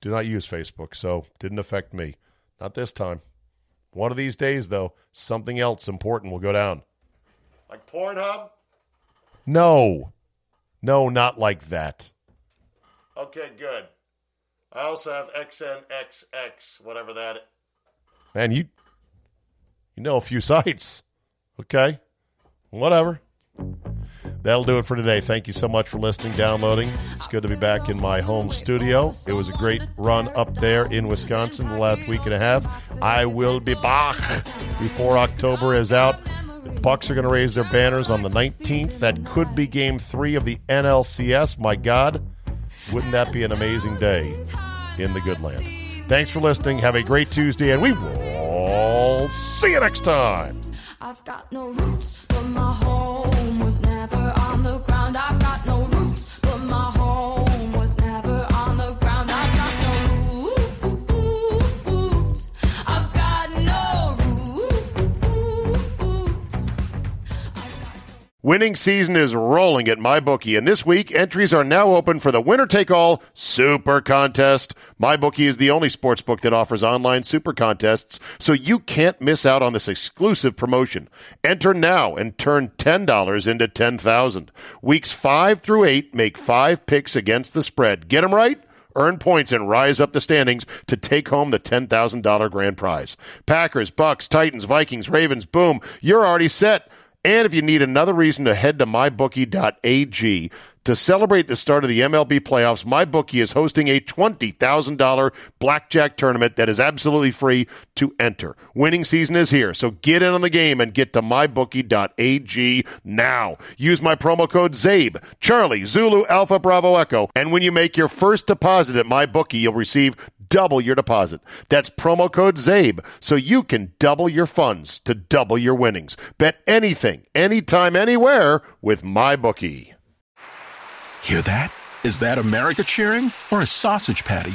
Speaker 1: do not use facebook so didn't affect me not this time one of these days though something else important will go down like pornhub no no not like that okay good i also have xnxx whatever that man you you know a few sites okay whatever That'll do it for today. Thank you so much for listening, downloading. It's good to be back in my home studio. It was a great run up there in Wisconsin the last week and a half. I will be back before October is out. The Bucks are going to raise their banners on the 19th. That could be game three of the NLCS. My God, wouldn't that be an amazing day in the good land? Thanks for listening. Have a great Tuesday, and we will see you next time.
Speaker 10: I've got no roots, but my home was never on the ground. I've got no roots, but my home was never on the ground. I've got no roots. I've got no roots. I've got
Speaker 1: Winning season is rolling at MyBookie, and this week entries are now open for the winner take all super contest. MyBookie is the only sports book that offers online super contests, so you can't miss out on this exclusive promotion. Enter now and turn $10 into 10000 Weeks 5 through 8 make five picks against the spread. Get them right? earn points and rise up the standings to take home the $10,000 grand prize. Packers, Bucks, Titans, Vikings, Ravens, boom, you're already set. And if you need another reason to head to mybookie.ag to celebrate the start of the MLB playoffs, MyBookie is hosting a $20,000 blackjack tournament that is absolutely free to enter. Winning season is here, so get in on the game and get to mybookie.ag now. Use my promo code ZABE, Charlie, Zulu, Alpha, Bravo, Echo, and when you make your first deposit at MyBookie, you'll receive double your deposit. That's promo code ZABE, so you can double your funds to double your winnings. Bet anything, anytime, anywhere with MyBookie.
Speaker 3: Hear that? Is that America cheering or a sausage patty